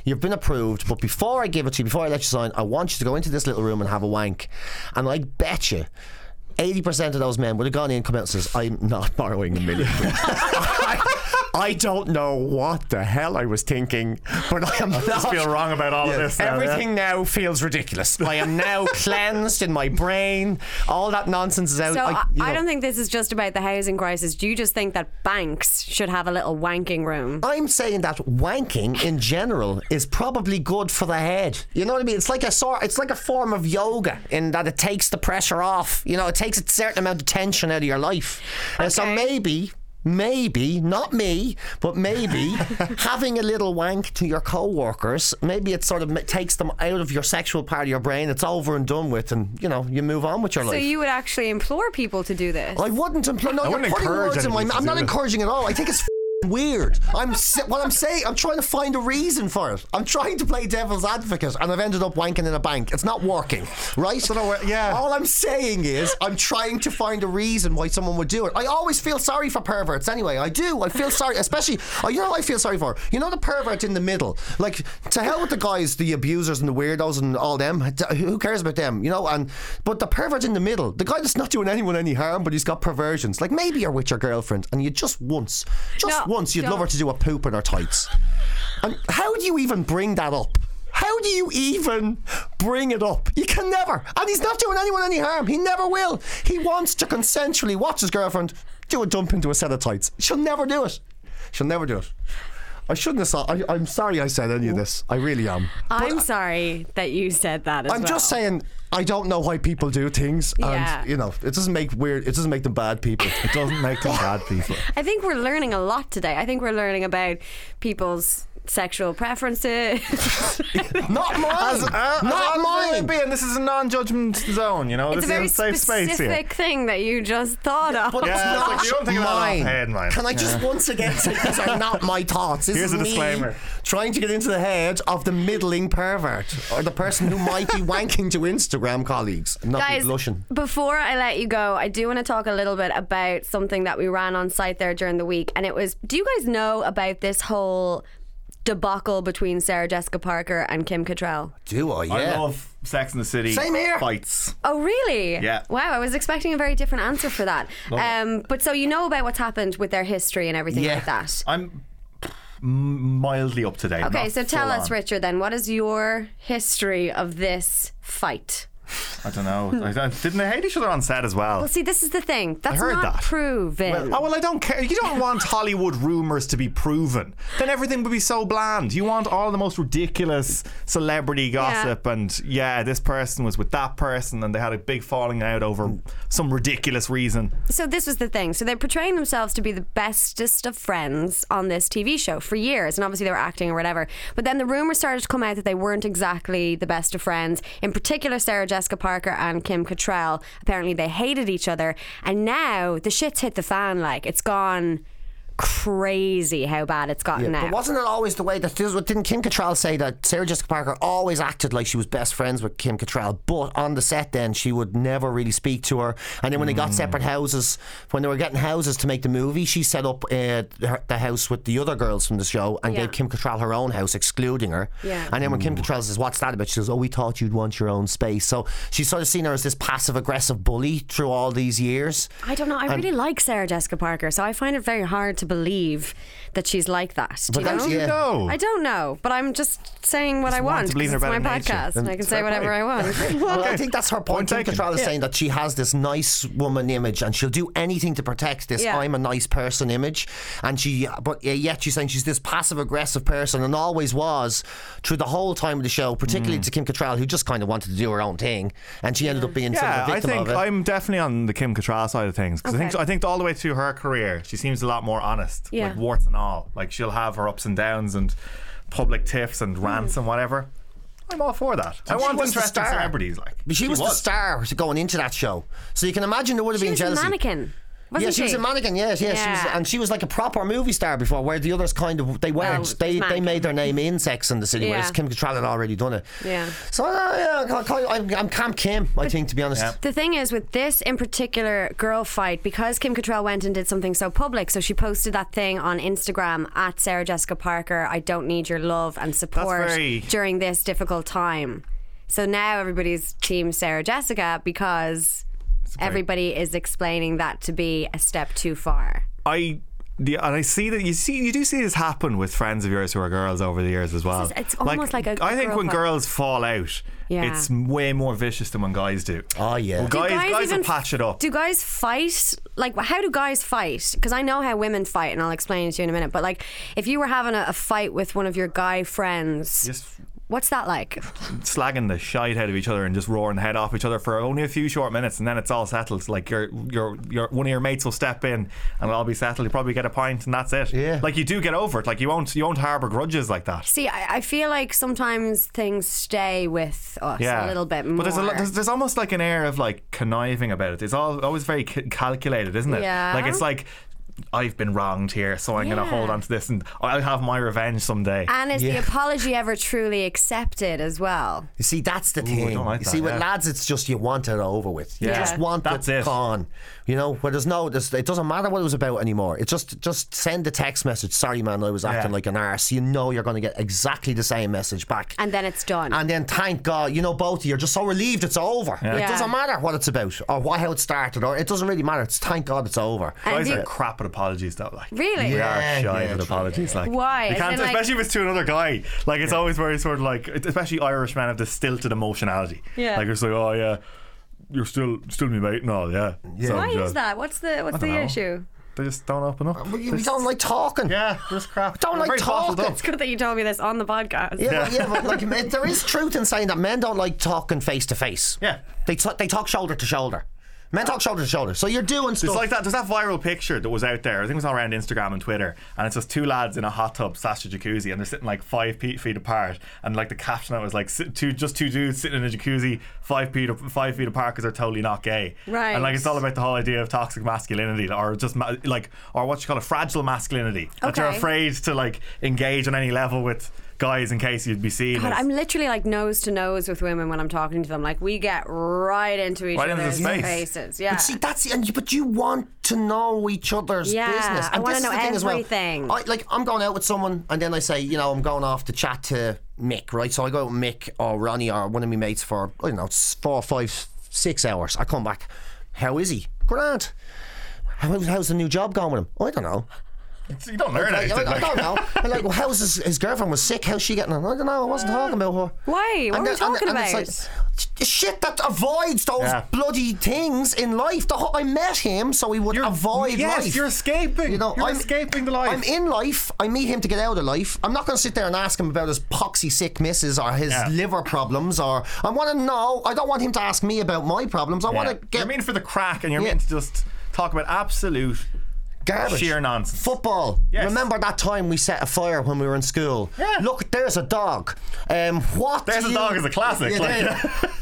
[SPEAKER 2] you've been approved," but before I give it to you, before I let you sign, I want you to go into this little room and have a wank, and I bet you. 80% of those men would have gone in, come out and says, I'm not borrowing a million. I, I don't know what the hell I was thinking, but I am
[SPEAKER 3] I just
[SPEAKER 2] not
[SPEAKER 3] feel wrong about all of this. now, yeah.
[SPEAKER 2] Everything now feels ridiculous. I am now cleansed in my brain. All that nonsense is out.
[SPEAKER 1] So, I,
[SPEAKER 2] you
[SPEAKER 1] I
[SPEAKER 2] know.
[SPEAKER 1] don't think this is just about the housing crisis. Do you just think that banks should have a little wanking room?
[SPEAKER 2] I'm saying that wanking in general is probably good for the head. You know what I mean? It's like a sort, it's like a form of yoga in that it takes the pressure off. You know, it takes a certain amount of tension out of your life. And so
[SPEAKER 1] Okay.
[SPEAKER 2] maybe. Maybe, not me, but maybe having a little wank to your co workers, maybe it sort of ma- takes them out of your sexual part of your brain. It's over and done with, and you know, you move on with your
[SPEAKER 1] So,
[SPEAKER 2] life.
[SPEAKER 1] you would actually implore people to do this?
[SPEAKER 2] I wouldn't employ. No, you're
[SPEAKER 3] wouldn't
[SPEAKER 2] putting
[SPEAKER 3] encourage
[SPEAKER 2] words in my
[SPEAKER 3] anybody
[SPEAKER 2] mouth.
[SPEAKER 3] to
[SPEAKER 2] I'm
[SPEAKER 3] do
[SPEAKER 2] not
[SPEAKER 3] it.
[SPEAKER 2] encouraging at all. I think it's f***ing weird. I'm s what I'm saying. I'm trying to find a reason for it. I'm trying to play devil's advocate, and I've ended up wanking in a bank. It's not working, right?
[SPEAKER 3] yeah.
[SPEAKER 2] All I'm saying is I'm trying to find a reason why someone would do it. I always feel sorry for perverts. Anyway, I do. I feel sorry, especially. Oh, you know, what I feel sorry for you know the pervert in the middle. Like to hell with the guys, the abusers and the weirdos and all them. Who cares about them? You know. And but the pervert in the middle, the guy that's not doing anyone any harm, but he's got perversions. Like maybe you're with your girlfriend, and you just once, just
[SPEAKER 1] No,
[SPEAKER 2] once, you'd love
[SPEAKER 1] don't.
[SPEAKER 2] her to do a poop in her tights. And how do you even bring that up? How do you even bring it up? You can never. And he's not doing anyone any harm. He never will. He wants to consensually watch his girlfriend do a dump into a set of tights. She'll never do it. She'll never do it. I shouldn't have said. I, I'm sorry I said any of this. I really am.
[SPEAKER 1] I'm sorry that you said that as
[SPEAKER 2] I'm
[SPEAKER 1] well.
[SPEAKER 2] just saying. I don't know why people do things, and
[SPEAKER 1] Yeah.
[SPEAKER 2] you know, it doesn't make weird. It doesn't make them bad people.
[SPEAKER 3] It doesn't make them bad people.
[SPEAKER 1] I think we're learning a lot today. I think we're learning about people's sexual preferences.
[SPEAKER 2] Not mine.
[SPEAKER 3] uh,
[SPEAKER 1] uh,
[SPEAKER 2] not mine.
[SPEAKER 3] And this is a non-judgment zone. You know,
[SPEAKER 1] it's a
[SPEAKER 3] this
[SPEAKER 1] very
[SPEAKER 3] is a safe
[SPEAKER 1] specific
[SPEAKER 3] space here.
[SPEAKER 1] thing that you just thought of.
[SPEAKER 2] But
[SPEAKER 3] Yeah,
[SPEAKER 2] it's
[SPEAKER 3] it's
[SPEAKER 2] not
[SPEAKER 3] like you don't think about
[SPEAKER 2] mine.
[SPEAKER 3] offhand, mate.
[SPEAKER 2] Can I just once again say these are not my thoughts? This is
[SPEAKER 3] Here's a
[SPEAKER 2] me
[SPEAKER 3] disclaimer.
[SPEAKER 2] Trying to get into the head of the middling pervert or the person who might be wanking to Instagram colleagues. Not
[SPEAKER 1] Guys,
[SPEAKER 2] be blushing.
[SPEAKER 1] before I let you go, I do want to talk a little bit about something that we ran on site there during the week. And it was do you guys know about this whole debacle between Sarah Jessica Parker and Kim Cattrall?
[SPEAKER 2] Do I? Yeah.
[SPEAKER 3] love Sex in the City.
[SPEAKER 2] Same here.
[SPEAKER 3] Fights.
[SPEAKER 1] Oh, really?
[SPEAKER 3] Yeah.
[SPEAKER 1] Wow, I was expecting a very different answer for that. Um, but so you know about what's happened with their history and everything
[SPEAKER 2] Yeah.
[SPEAKER 1] like that.
[SPEAKER 3] I'm mildly up to date.
[SPEAKER 1] Okay,
[SPEAKER 3] not
[SPEAKER 1] so tell
[SPEAKER 3] full
[SPEAKER 1] us,
[SPEAKER 3] on.
[SPEAKER 1] Richard, then, what is your history of this fight?
[SPEAKER 3] I don't know. I don't- Didn't they hate each other on set as well?
[SPEAKER 1] Well, see, this is the thing. That's
[SPEAKER 3] heard
[SPEAKER 1] not
[SPEAKER 3] that.
[SPEAKER 1] proven.
[SPEAKER 3] Oh well, I don't care. You don't want Hollywood rumors to be proven. Then everything would be so bland. You want all the most ridiculous celebrity gossip, and yeah, this person was with that person, and they had a big falling out over some ridiculous reason.
[SPEAKER 1] so this was the thing. So they're portraying themselves to be the bestest of friends on this TV show for years, and obviously they were acting or whatever. But then the rumors started to come out that they weren't exactly the best of friends. In particular, Sarah Jessica Parker and Kim Cattrall. Apparently, they hated each other, and now the shit's hit the fan. Like it's gone crazy how bad it's gotten now.
[SPEAKER 2] But wasn't it always the way that this? Didn't Kim Cattrall say that Sarah Jessica Parker always acted like she was best friends with Kim Cattrall, but on the set then she would never really speak to her. And then when they
[SPEAKER 1] Mm.
[SPEAKER 2] got separate houses, when they were getting houses to make the movie, she set up uh, her, the house with the other girls from the show and
[SPEAKER 1] Yeah.
[SPEAKER 2] gave Kim Cattrall her own house, excluding her.
[SPEAKER 1] Yeah. Mm.
[SPEAKER 2] And then when Kim Cattrall says, "What's that about?" she says, "Oh, we thought you'd want your own space." So she's sort of seen her as this passive aggressive bully through all these years.
[SPEAKER 1] I don't know. I really like Sarah Jessica Parker, so I find it very hard to believe that she's like that. Do
[SPEAKER 2] But
[SPEAKER 1] you
[SPEAKER 2] that's-
[SPEAKER 1] know?
[SPEAKER 2] yeah.
[SPEAKER 3] No.
[SPEAKER 1] I don't know, but I'm just saying what I
[SPEAKER 3] want
[SPEAKER 1] want.
[SPEAKER 3] to believe in
[SPEAKER 1] 'cause
[SPEAKER 3] her
[SPEAKER 1] it's my
[SPEAKER 3] better nature.
[SPEAKER 1] podcast, and I can say
[SPEAKER 3] fair
[SPEAKER 1] whatever
[SPEAKER 3] play.
[SPEAKER 1] I want.
[SPEAKER 2] Well, I think that's her point. I
[SPEAKER 3] Point
[SPEAKER 2] think
[SPEAKER 3] taken.
[SPEAKER 2] Catrall is saying that she has this nice woman image, and she'll do anything to protect this
[SPEAKER 1] Yeah.
[SPEAKER 2] "I'm a nice person" image. And she, but uh, yet she's saying she's this passive aggressive person, and always was through the whole time of the show, particularly
[SPEAKER 3] Mm.
[SPEAKER 2] to Kim Cattrall, who just kind of wanted to do her own thing, and she ended up being
[SPEAKER 3] Yeah,
[SPEAKER 2] sort of a
[SPEAKER 3] I
[SPEAKER 2] victim
[SPEAKER 3] think
[SPEAKER 2] of it.
[SPEAKER 3] I'm definitely on the Kim Cattrall side of things because I think
[SPEAKER 1] Okay.
[SPEAKER 3] I think all the way through her career, she seems a lot more honest,
[SPEAKER 1] Yeah.
[SPEAKER 3] like warts and all. Like she'll have her ups and downs and public tiffs and rants and whatever. I'm all for that. I
[SPEAKER 2] And she
[SPEAKER 3] want
[SPEAKER 2] was the
[SPEAKER 3] interesting
[SPEAKER 2] star.
[SPEAKER 3] celebrities. Like
[SPEAKER 2] But she, was, the star going into that show, so you can imagine there would have
[SPEAKER 1] She
[SPEAKER 2] been
[SPEAKER 1] was a
[SPEAKER 2] jealousy.
[SPEAKER 1] mannequin, wasn't
[SPEAKER 2] Yeah, she was a mannequin. Yes, yes, She was,
[SPEAKER 1] Yeah.
[SPEAKER 2] and she was like a proper movie star before, where the others kind of they weren't.
[SPEAKER 1] Well,
[SPEAKER 2] they they
[SPEAKER 1] mannequin.
[SPEAKER 2] made their name in Sex and the City, whereas
[SPEAKER 1] Yeah.
[SPEAKER 2] Kim Cattrall had already done it.
[SPEAKER 1] Yeah.
[SPEAKER 2] So uh, yeah, I call- I'm, I'm Camp Kim. I think to be honest.
[SPEAKER 3] Yeah.
[SPEAKER 1] The thing is, with this in particular girl fight, because Kim Cattrall went and did something so public, so she posted that thing on Instagram at Sarah Jessica Parker. I don't need your love and support
[SPEAKER 3] very-
[SPEAKER 1] during this difficult time. So now everybody's team Sarah Jessica because
[SPEAKER 3] very-
[SPEAKER 1] everybody is explaining that to be a step too far.
[SPEAKER 3] I the, and I see that you see you do see this happen with friends of yours who are girls over the years as well.
[SPEAKER 1] is- it's almost like a
[SPEAKER 3] I think
[SPEAKER 1] girl
[SPEAKER 3] when
[SPEAKER 1] fight.
[SPEAKER 3] girls fall out,
[SPEAKER 1] Yeah.
[SPEAKER 3] it's way more vicious than when guys do.
[SPEAKER 2] Oh yeah.
[SPEAKER 3] Well, guys, guys, will patch it up.
[SPEAKER 1] Do guys fight? Like, how do guys fight? Because I know how women fight, and I'll explain it to you in a minute. But like, if you were having a, a fight with one of your guy friends,
[SPEAKER 3] Just
[SPEAKER 1] what's that like?
[SPEAKER 3] slagging the shite out of each other and just roaring the head off each other for only a few short minutes, and then it's all settled. Like your your your one of your mates will step in, and it'll all be settled. You probably get a pint, and that's it.
[SPEAKER 2] Yeah.
[SPEAKER 3] Like you do get over it. Like you won't you won't harbour grudges like that.
[SPEAKER 1] See, I, I feel like sometimes things stay with us
[SPEAKER 3] Yeah,
[SPEAKER 1] a little bit more.
[SPEAKER 3] But there's a lot. There's, there's almost like an air of like conniving about it. It's all always very c- calculated, isn't it?
[SPEAKER 1] Yeah.
[SPEAKER 3] Like it's like. I've been wronged here, so I'm going
[SPEAKER 1] Yeah.
[SPEAKER 3] to hold on to this, and I'll have my revenge someday.
[SPEAKER 1] and is the
[SPEAKER 2] Yeah.
[SPEAKER 1] apology ever truly accepted as well?
[SPEAKER 2] You see, that's the
[SPEAKER 3] I
[SPEAKER 2] thing.
[SPEAKER 3] don't like
[SPEAKER 2] you
[SPEAKER 3] that,
[SPEAKER 2] see, with
[SPEAKER 3] yeah.
[SPEAKER 2] lads, it's just you want it over with. You
[SPEAKER 3] Yeah.
[SPEAKER 2] just want
[SPEAKER 3] That's
[SPEAKER 2] it
[SPEAKER 3] it.
[SPEAKER 2] gone. You know, where there's no, there's, it doesn't matter what it was about anymore. It just, just send a text message. Sorry, man, I was acting like an arse. You know, you're going to get exactly the same message back.
[SPEAKER 1] And then it's done.
[SPEAKER 2] And then thank God, you know, both of you are just so relieved it's over. It
[SPEAKER 1] Yeah.
[SPEAKER 2] doesn't matter what it's about or why, how it started, or it doesn't really matter. It's thank God it's over.
[SPEAKER 1] And
[SPEAKER 3] Guys
[SPEAKER 1] do-
[SPEAKER 3] are crap at apologies, though. Like
[SPEAKER 1] Really?
[SPEAKER 3] we
[SPEAKER 2] Yeah,
[SPEAKER 3] are shy
[SPEAKER 2] yeah,
[SPEAKER 3] at
[SPEAKER 2] true.
[SPEAKER 3] apologies. Like
[SPEAKER 1] Why?
[SPEAKER 3] You
[SPEAKER 1] As
[SPEAKER 3] can't,
[SPEAKER 1] in, like-
[SPEAKER 3] especially if it's to another guy. Like it's always very sort of like, especially Irish men have this stilted emotionality.
[SPEAKER 1] Yeah.
[SPEAKER 3] Like it's like, oh yeah, you're still still my mate and all. Yeah. So,
[SPEAKER 1] Why
[SPEAKER 3] yeah.
[SPEAKER 1] is that? What's the what's the
[SPEAKER 3] know.
[SPEAKER 1] issue?
[SPEAKER 3] They just don't open up.
[SPEAKER 2] We,
[SPEAKER 3] They're
[SPEAKER 2] we don't like talking.
[SPEAKER 3] Yeah, there's crap.
[SPEAKER 2] Don't
[SPEAKER 3] We're
[SPEAKER 2] like
[SPEAKER 3] very bottled
[SPEAKER 2] talking.
[SPEAKER 3] up.
[SPEAKER 1] It's good that you told me this on the podcast.
[SPEAKER 2] Yeah, but, yeah, but like men- there is truth in saying that men don't like talking face to face.
[SPEAKER 3] Yeah.
[SPEAKER 2] they t- they talk shoulder to shoulder. Men talk shoulder to shoulder. So you're doing stuff.
[SPEAKER 3] It's like that. There's that viral picture that was out there. I think it was all around Instagram and Twitter. And it's just two lads in a hot tub slash a jacuzzi, and they're sitting like five pe- feet apart. And like the caption on it was like sit- two, just two dudes sitting in a jacuzzi, five feet five feet apart because they're totally not gay.
[SPEAKER 1] Right.
[SPEAKER 3] And like it's all about the whole idea of toxic masculinity, or just ma- like or what you call a fragile masculinity that you're
[SPEAKER 1] Okay.
[SPEAKER 3] afraid to like engage on any level with guys in case you'd be seen.
[SPEAKER 1] God,
[SPEAKER 3] as-
[SPEAKER 1] I'm literally like nose to nose with women when I'm talking to them. Like we get right into each
[SPEAKER 3] Right into the
[SPEAKER 1] other's
[SPEAKER 3] space.
[SPEAKER 1] faces. Yeah.
[SPEAKER 2] But see, that's and you, but you want to know each other's
[SPEAKER 1] Yeah,
[SPEAKER 2] business.
[SPEAKER 1] I
[SPEAKER 2] And
[SPEAKER 1] wanna
[SPEAKER 2] this is
[SPEAKER 1] know
[SPEAKER 2] the thing As
[SPEAKER 1] everything.
[SPEAKER 2] well. I, like I'm going out with someone, and then I say, you know, I'm going off to chat to Mick, right? So I go out with Mick or Ronnie or one of my mates for I don't know s- four, five, six hours. I come back. How is he? Grand. How, how's the new job going with him? I don't know.
[SPEAKER 3] you don't learn
[SPEAKER 2] Like,
[SPEAKER 3] anything.
[SPEAKER 2] I, I
[SPEAKER 3] like-
[SPEAKER 2] don't know. And like, well, how's his, his girlfriend was sick? How's she getting on? I don't know. I wasn't talking about her.
[SPEAKER 1] Why? What
[SPEAKER 2] And
[SPEAKER 1] were we
[SPEAKER 2] then- and-
[SPEAKER 1] talking
[SPEAKER 2] and
[SPEAKER 1] about?
[SPEAKER 2] it's like, "Sh- shit that avoids those
[SPEAKER 3] Yeah.
[SPEAKER 2] bloody things in life. The, whole- I met him so he would avoid
[SPEAKER 3] yes,
[SPEAKER 2] life.
[SPEAKER 3] you're escaping.
[SPEAKER 2] You know,
[SPEAKER 3] you're
[SPEAKER 2] I'm-
[SPEAKER 3] escaping the life.
[SPEAKER 2] I'm in life. I meet him to get out of life. I'm not going to sit there and ask him about his poxy sick missus or his
[SPEAKER 3] Yeah.
[SPEAKER 2] liver problems. Or I want to know. I don't want him to ask me about my problems. I want to
[SPEAKER 3] you're
[SPEAKER 2] get
[SPEAKER 3] mean for the crack, and you're
[SPEAKER 2] Yeah.
[SPEAKER 3] meant to just talk about absolute
[SPEAKER 2] garbage.
[SPEAKER 3] sheer nonsense.
[SPEAKER 2] Football.
[SPEAKER 3] Yes.
[SPEAKER 2] Remember that time we set a fire when we were in school?
[SPEAKER 3] Yeah.
[SPEAKER 2] Look, there's a dog. Um, what?
[SPEAKER 3] There's
[SPEAKER 2] do
[SPEAKER 3] a
[SPEAKER 2] you-
[SPEAKER 3] dog is a classic,
[SPEAKER 2] Yeah,
[SPEAKER 3] like-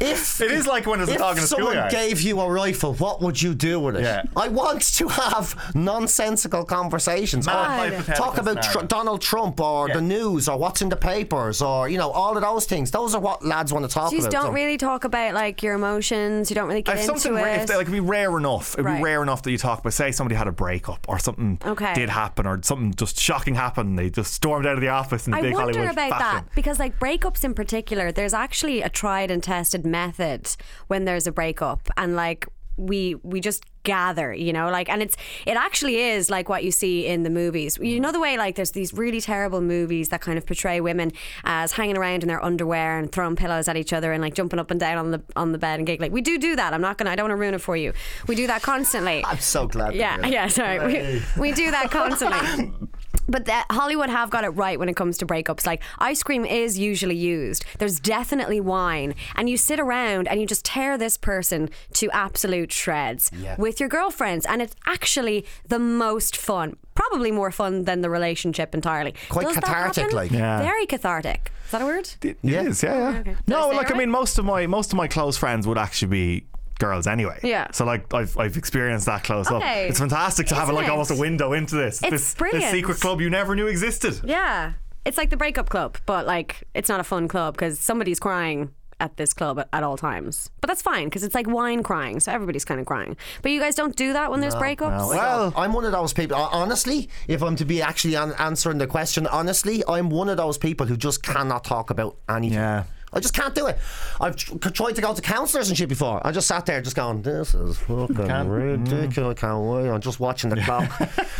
[SPEAKER 2] there- if
[SPEAKER 3] It is like when there's a
[SPEAKER 2] if
[SPEAKER 3] dog in a
[SPEAKER 2] someone
[SPEAKER 3] schoolyard.
[SPEAKER 2] gave you a rifle, what would you do with it?
[SPEAKER 3] Yeah.
[SPEAKER 2] I want to have nonsensical conversations.
[SPEAKER 3] Mad
[SPEAKER 2] Or
[SPEAKER 3] hypothetical
[SPEAKER 2] talk about tr-
[SPEAKER 3] scenario.
[SPEAKER 2] Donald Trump or
[SPEAKER 3] Yeah.
[SPEAKER 2] the news or what's in the papers or you know all of those things. Those are what lads want to talk
[SPEAKER 1] You just
[SPEAKER 2] about.
[SPEAKER 1] don't
[SPEAKER 2] so-
[SPEAKER 1] really talk about like your emotions. You don't really get
[SPEAKER 3] If
[SPEAKER 1] into
[SPEAKER 3] something
[SPEAKER 1] it.
[SPEAKER 3] rare, if they- like, it'd be rare enough. It'd
[SPEAKER 1] Right.
[SPEAKER 3] be rare enough that you talk. But say somebody had a breakup or something
[SPEAKER 1] Okay.
[SPEAKER 3] did happen or something just shocking happened. They just stormed out of the office in
[SPEAKER 1] I
[SPEAKER 3] big
[SPEAKER 1] wonder
[SPEAKER 3] Hollywood
[SPEAKER 1] about
[SPEAKER 3] fashion.
[SPEAKER 1] that because, like, breakups in particular, there's actually a tried and tested method when there's a breakup, and like we we just gather, you know, like and it's it actually is like what you see in the movies. You know the way like there's these really terrible movies that kind of portray women as hanging around in their underwear and throwing pillows at each other and like jumping up and down on the on the bed and giggling. We do do that. I'm not gonna. I don't want to ruin it for you. We do that constantly.
[SPEAKER 2] I'm so glad. to
[SPEAKER 1] Yeah,
[SPEAKER 2] hear
[SPEAKER 1] yeah, sorry.
[SPEAKER 2] Hey.
[SPEAKER 1] We, we do that constantly. But that Hollywood have got it right when it comes to breakups. Like ice cream is usually used. There's definitely wine, and you sit around and you just tear this person to absolute shreds
[SPEAKER 2] Yeah.
[SPEAKER 1] with your girlfriends, and it's actually the most fun. Probably more fun than the relationship entirely.
[SPEAKER 2] Quite
[SPEAKER 1] Does that
[SPEAKER 2] cathartic,
[SPEAKER 1] happen?
[SPEAKER 2] like.
[SPEAKER 3] Yeah.
[SPEAKER 1] Very cathartic. Is that a word?
[SPEAKER 3] It yeah. is, yeah, yeah.
[SPEAKER 1] okay. Did I
[SPEAKER 3] No,
[SPEAKER 1] say
[SPEAKER 3] like
[SPEAKER 1] it
[SPEAKER 3] I mean, most of my most of my close friends would actually be girls anyway.
[SPEAKER 1] Yeah.
[SPEAKER 3] So like I've, I've experienced that close
[SPEAKER 1] Okay.
[SPEAKER 3] up. It's fantastic to have
[SPEAKER 1] Isn't
[SPEAKER 3] like
[SPEAKER 1] it?
[SPEAKER 3] almost a window into this. this,
[SPEAKER 1] brilliant.
[SPEAKER 3] This secret club you never knew existed.
[SPEAKER 1] Yeah. It's like the breakup club, but like it's not a fun club because somebody's crying at this club at, at all times. But that's fine because it's like wine crying, so everybody's kind of crying. But you guys don't do that when there's breakups.
[SPEAKER 2] Like, uh, I'm one of those people. uh, Honestly, if I'm to be actually an- answering the question honestly, I'm one of those people who just cannot talk about anything.
[SPEAKER 3] Yeah.
[SPEAKER 2] I just can't do it. I've tr- tried to go to counsellors and shit before. I just sat there, just going, "This is fucking
[SPEAKER 1] Mm.
[SPEAKER 2] ridiculous. I can't wait." I'm just watching the clock.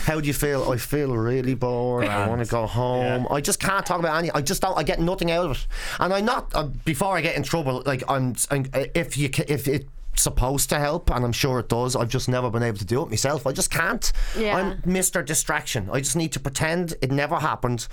[SPEAKER 2] How do you feel? I feel really bored. I want to go home. I just can't talk about any. I just don't. I get nothing out of it. And I'm not. Uh, before I get in trouble, like I'm. I'm uh, if you, ca- if it supposed to help and I'm sure it does I've just never been able to do it myself I just can't
[SPEAKER 1] Yeah.
[SPEAKER 2] I'm Mr Distraction I just need to pretend it never happened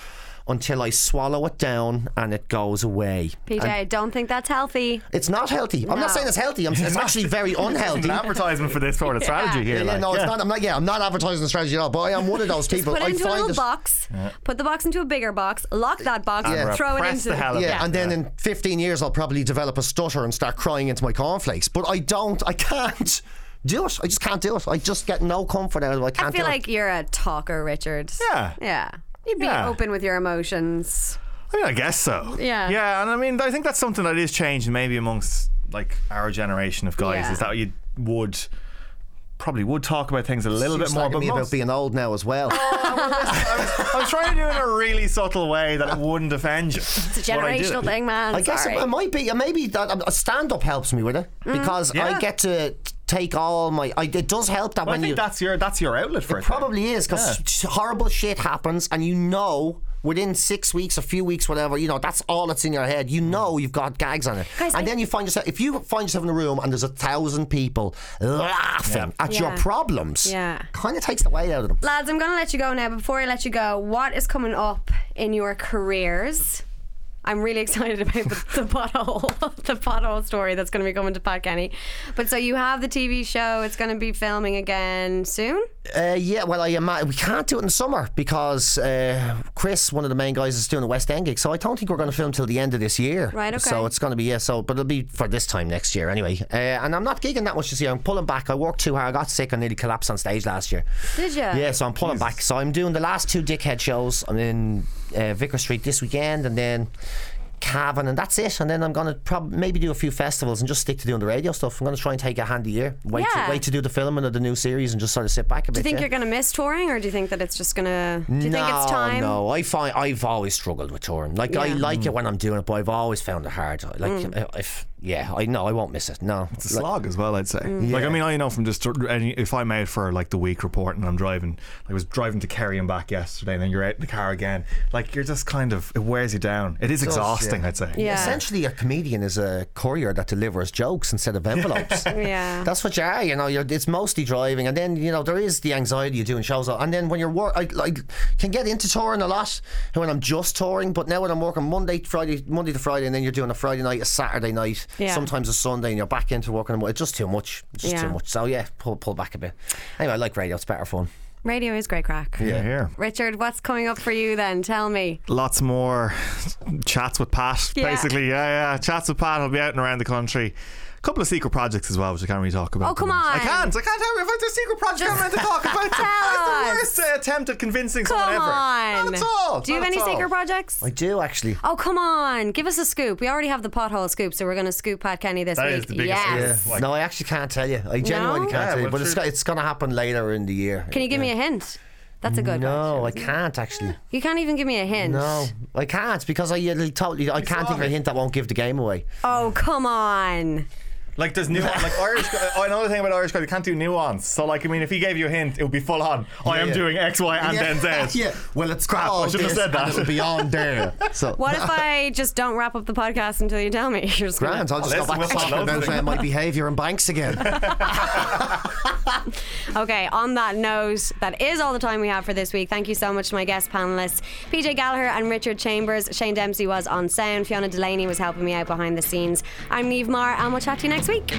[SPEAKER 2] until I swallow it down and it goes away
[SPEAKER 1] PJ, I don't think that's healthy.
[SPEAKER 2] it's not healthy. I'm
[SPEAKER 1] No.
[SPEAKER 2] not saying it's healthy. I'm, it's actually very
[SPEAKER 3] It's
[SPEAKER 2] unhealthy.
[SPEAKER 3] an advertisement for this sort of strategy here.
[SPEAKER 2] Yeah,
[SPEAKER 3] like.
[SPEAKER 2] no, it's not. I'm not. Yeah, I'm not advertising the strategy at all. But I am one of those people.
[SPEAKER 1] Put it
[SPEAKER 2] I
[SPEAKER 1] into a
[SPEAKER 2] find
[SPEAKER 1] little
[SPEAKER 2] it-
[SPEAKER 1] box, put the box into a bigger box, lock that box,
[SPEAKER 2] Yeah.
[SPEAKER 1] throw it
[SPEAKER 3] Press
[SPEAKER 1] into
[SPEAKER 3] the hell out of
[SPEAKER 2] Yeah,
[SPEAKER 3] it.
[SPEAKER 2] and then in 15 years I'll probably develop a stutter and start crying into my cornflakes. But I don't. I can't do it. I just can't do it. I just get no comfort out of it. I can't
[SPEAKER 1] I feel
[SPEAKER 2] do
[SPEAKER 1] like you're a talker, Richard.
[SPEAKER 3] Yeah.
[SPEAKER 1] Yeah. You'd be
[SPEAKER 3] Yeah.
[SPEAKER 1] open with your emotions.
[SPEAKER 3] I mean, I guess so.
[SPEAKER 1] Yeah.
[SPEAKER 3] Yeah, and I mean, I think that's something that is changing maybe amongst like our generation of guys
[SPEAKER 1] Yeah.
[SPEAKER 3] is that you would probably would talk about things a
[SPEAKER 2] it.
[SPEAKER 3] little
[SPEAKER 2] Seems
[SPEAKER 3] bit more,
[SPEAKER 2] like
[SPEAKER 3] but
[SPEAKER 2] me about
[SPEAKER 3] most-
[SPEAKER 2] being old now as well.
[SPEAKER 1] Oh,
[SPEAKER 3] I was trying to do it in a really subtle way that it wouldn't offend you. It's
[SPEAKER 1] It's a generational thing, man.
[SPEAKER 2] I guess it,
[SPEAKER 1] Sorry. Mm.
[SPEAKER 2] it might be. Maybe that um, a stand up helps me with it because
[SPEAKER 3] Yeah.
[SPEAKER 2] I get to take all my. I, it does help that
[SPEAKER 3] Well, I
[SPEAKER 2] when
[SPEAKER 3] think
[SPEAKER 2] you.
[SPEAKER 3] that's your that's your outlet for it.
[SPEAKER 2] It probably is because horrible shit happens, and you know within six weeks, a few weeks, whatever, you know that's all that's in your head. You know you've got gags on it,
[SPEAKER 1] Guys,
[SPEAKER 2] and
[SPEAKER 1] I-
[SPEAKER 2] then you find yourself if you find yourself in a room and there's a thousand people laughing at your
[SPEAKER 1] Yeah.
[SPEAKER 2] problems.
[SPEAKER 1] Yeah.
[SPEAKER 2] kind of takes the weight out of them.
[SPEAKER 1] Lads, I'm going to let you go now. But before I let you go, what is coming up in your careers? I'm really excited about the, the pothole, the pothole story that's going to be coming to Pat Kenny. But so you have the TV show; it's going to be filming again soon.
[SPEAKER 2] Uh, yeah, well, I ima- we can't do it in summer because uh, Chris, one of the main guys, is doing a West End gig. So I don't think we're going to film till the end of this year.
[SPEAKER 1] Right, okay.
[SPEAKER 2] So it's going to be yeah. So, but it'll be for this time next year anyway. Uh, and I'm not gigging that much this year. I'm pulling back. I worked too hard. I got sick. I nearly collapsed on stage last year.
[SPEAKER 1] Did you?
[SPEAKER 2] Yeah, so I'm pulling back. So I'm doing the last two dickhead shows. I'm in uh, Vicar Street this weekend, and then. Cavan and that's it, and then I'm gonna prob- maybe do a few festivals and just stick to doing the radio stuff. I'm gonna try and take a handy year, wait,
[SPEAKER 1] Yeah.
[SPEAKER 2] to, wait to do the filming of the new series, and just sort of sit back a
[SPEAKER 1] Do
[SPEAKER 2] bit.
[SPEAKER 1] you think
[SPEAKER 2] yeah.
[SPEAKER 1] you're going to miss touring, or do you think that it's just going to? Do you
[SPEAKER 2] no,
[SPEAKER 1] think it's time?
[SPEAKER 2] No, I find I've always struggled with touring. Like I
[SPEAKER 1] Yeah. Mm.
[SPEAKER 2] like it when I'm doing it, but I've always found it hard. Like uh, if yeah, I know I won't miss it. No,
[SPEAKER 3] It's a slog as well, I'd say. Like, I mean, I know from just any- if I'm out for like the week report and I'm driving, I was driving to Kerry and back yesterday, and then you're out in the car again. Like, you're just kind of it wears you down. It is
[SPEAKER 2] does, yeah.
[SPEAKER 3] exhausting, I'd say.
[SPEAKER 1] Yeah.
[SPEAKER 2] Essentially, a comedian is a courier that delivers jokes instead of envelopes.
[SPEAKER 1] Yeah.
[SPEAKER 2] that's what you are. You know, you're, it's mostly driving, and then you know there is the anxiety of doing shows, and then when you're work, I, I can get into touring a lot when I'm just touring, but now when I'm working Monday, Friday, Monday to Friday, and then you're doing a Friday night, a Saturday night,
[SPEAKER 1] Yeah.
[SPEAKER 2] sometimes a Sunday, and you're back into working. It's just too much. It's just
[SPEAKER 1] Yeah.
[SPEAKER 2] too much. So yeah, pull pull back a bit. Anyway, I like radio. It's better fun.
[SPEAKER 1] Radio is great crack.
[SPEAKER 3] Yeah, here.
[SPEAKER 1] Richard, what's coming up for you then? Tell me.
[SPEAKER 3] Lots more chats with Pat,
[SPEAKER 1] Yeah.
[SPEAKER 3] basically. Yeah, yeah. Chats with Pat. I'll be out and around the country. A couple of secret projects as well, which I can't really talk about.
[SPEAKER 1] Oh, come
[SPEAKER 3] I
[SPEAKER 1] on.
[SPEAKER 3] can't. I can't tell you about the secret project I'm meant to talk about.
[SPEAKER 1] Tell
[SPEAKER 3] That's the worst uh, attempt at convincing
[SPEAKER 1] Come
[SPEAKER 3] someone ever.
[SPEAKER 1] on.
[SPEAKER 3] Not at all.
[SPEAKER 1] Do you
[SPEAKER 3] Not
[SPEAKER 1] have
[SPEAKER 3] at
[SPEAKER 1] any
[SPEAKER 3] all.
[SPEAKER 1] secret projects?
[SPEAKER 2] I do actually.
[SPEAKER 1] Oh come on! Give us a scoop. We already have the pothole scoop, so we're going to scoop Pat Kenny this
[SPEAKER 3] That
[SPEAKER 1] week.
[SPEAKER 3] is the biggest
[SPEAKER 1] yes.
[SPEAKER 3] scoop. Like-
[SPEAKER 2] no, I actually can't tell you. I genuinely
[SPEAKER 1] No?
[SPEAKER 2] can't
[SPEAKER 3] Yeah,
[SPEAKER 2] tell you.
[SPEAKER 3] well,
[SPEAKER 2] But it's
[SPEAKER 3] sure.
[SPEAKER 2] go- it's going to happen later in the year.
[SPEAKER 1] Can you give me a hint? That's a good
[SPEAKER 2] No,
[SPEAKER 1] one.
[SPEAKER 2] I can't actually.
[SPEAKER 1] You can't even give me a hint.
[SPEAKER 2] No, I can't because I uh, totally. I can't
[SPEAKER 3] saw
[SPEAKER 2] think of a
[SPEAKER 3] it.
[SPEAKER 2] hint that won't give the game away.
[SPEAKER 1] Oh, come Oh, on.
[SPEAKER 3] Like there's nuance. Like Irish. Oh, another thing about Irish guys, you can't do nuance. So like, I mean, if he gave you a hint, it would be full on. I am
[SPEAKER 2] yeah.
[SPEAKER 3] doing X, Y, and
[SPEAKER 2] yeah.
[SPEAKER 3] then Z.
[SPEAKER 2] yeah. Well, it's crap.
[SPEAKER 3] I shouldn't have said that.
[SPEAKER 2] Beyond there. So
[SPEAKER 1] What if I just don't wrap up the podcast until you tell me? You're just gonna-
[SPEAKER 2] grand. I'll just
[SPEAKER 3] Well,
[SPEAKER 2] go back to
[SPEAKER 3] listen, we'll
[SPEAKER 2] talking
[SPEAKER 3] follow
[SPEAKER 2] about
[SPEAKER 3] through.
[SPEAKER 2] uh, my behaviour in banks again.
[SPEAKER 1] Okay, on that note, that is all the time we have for this week. Thank you so much to my guest panelists, PJ Gallagher and Richard Chambers. Shane Dempsey was on sound. Fiona Delaney was helping me out behind the scenes. I'm Neve Marr, and we'll chat to you next week.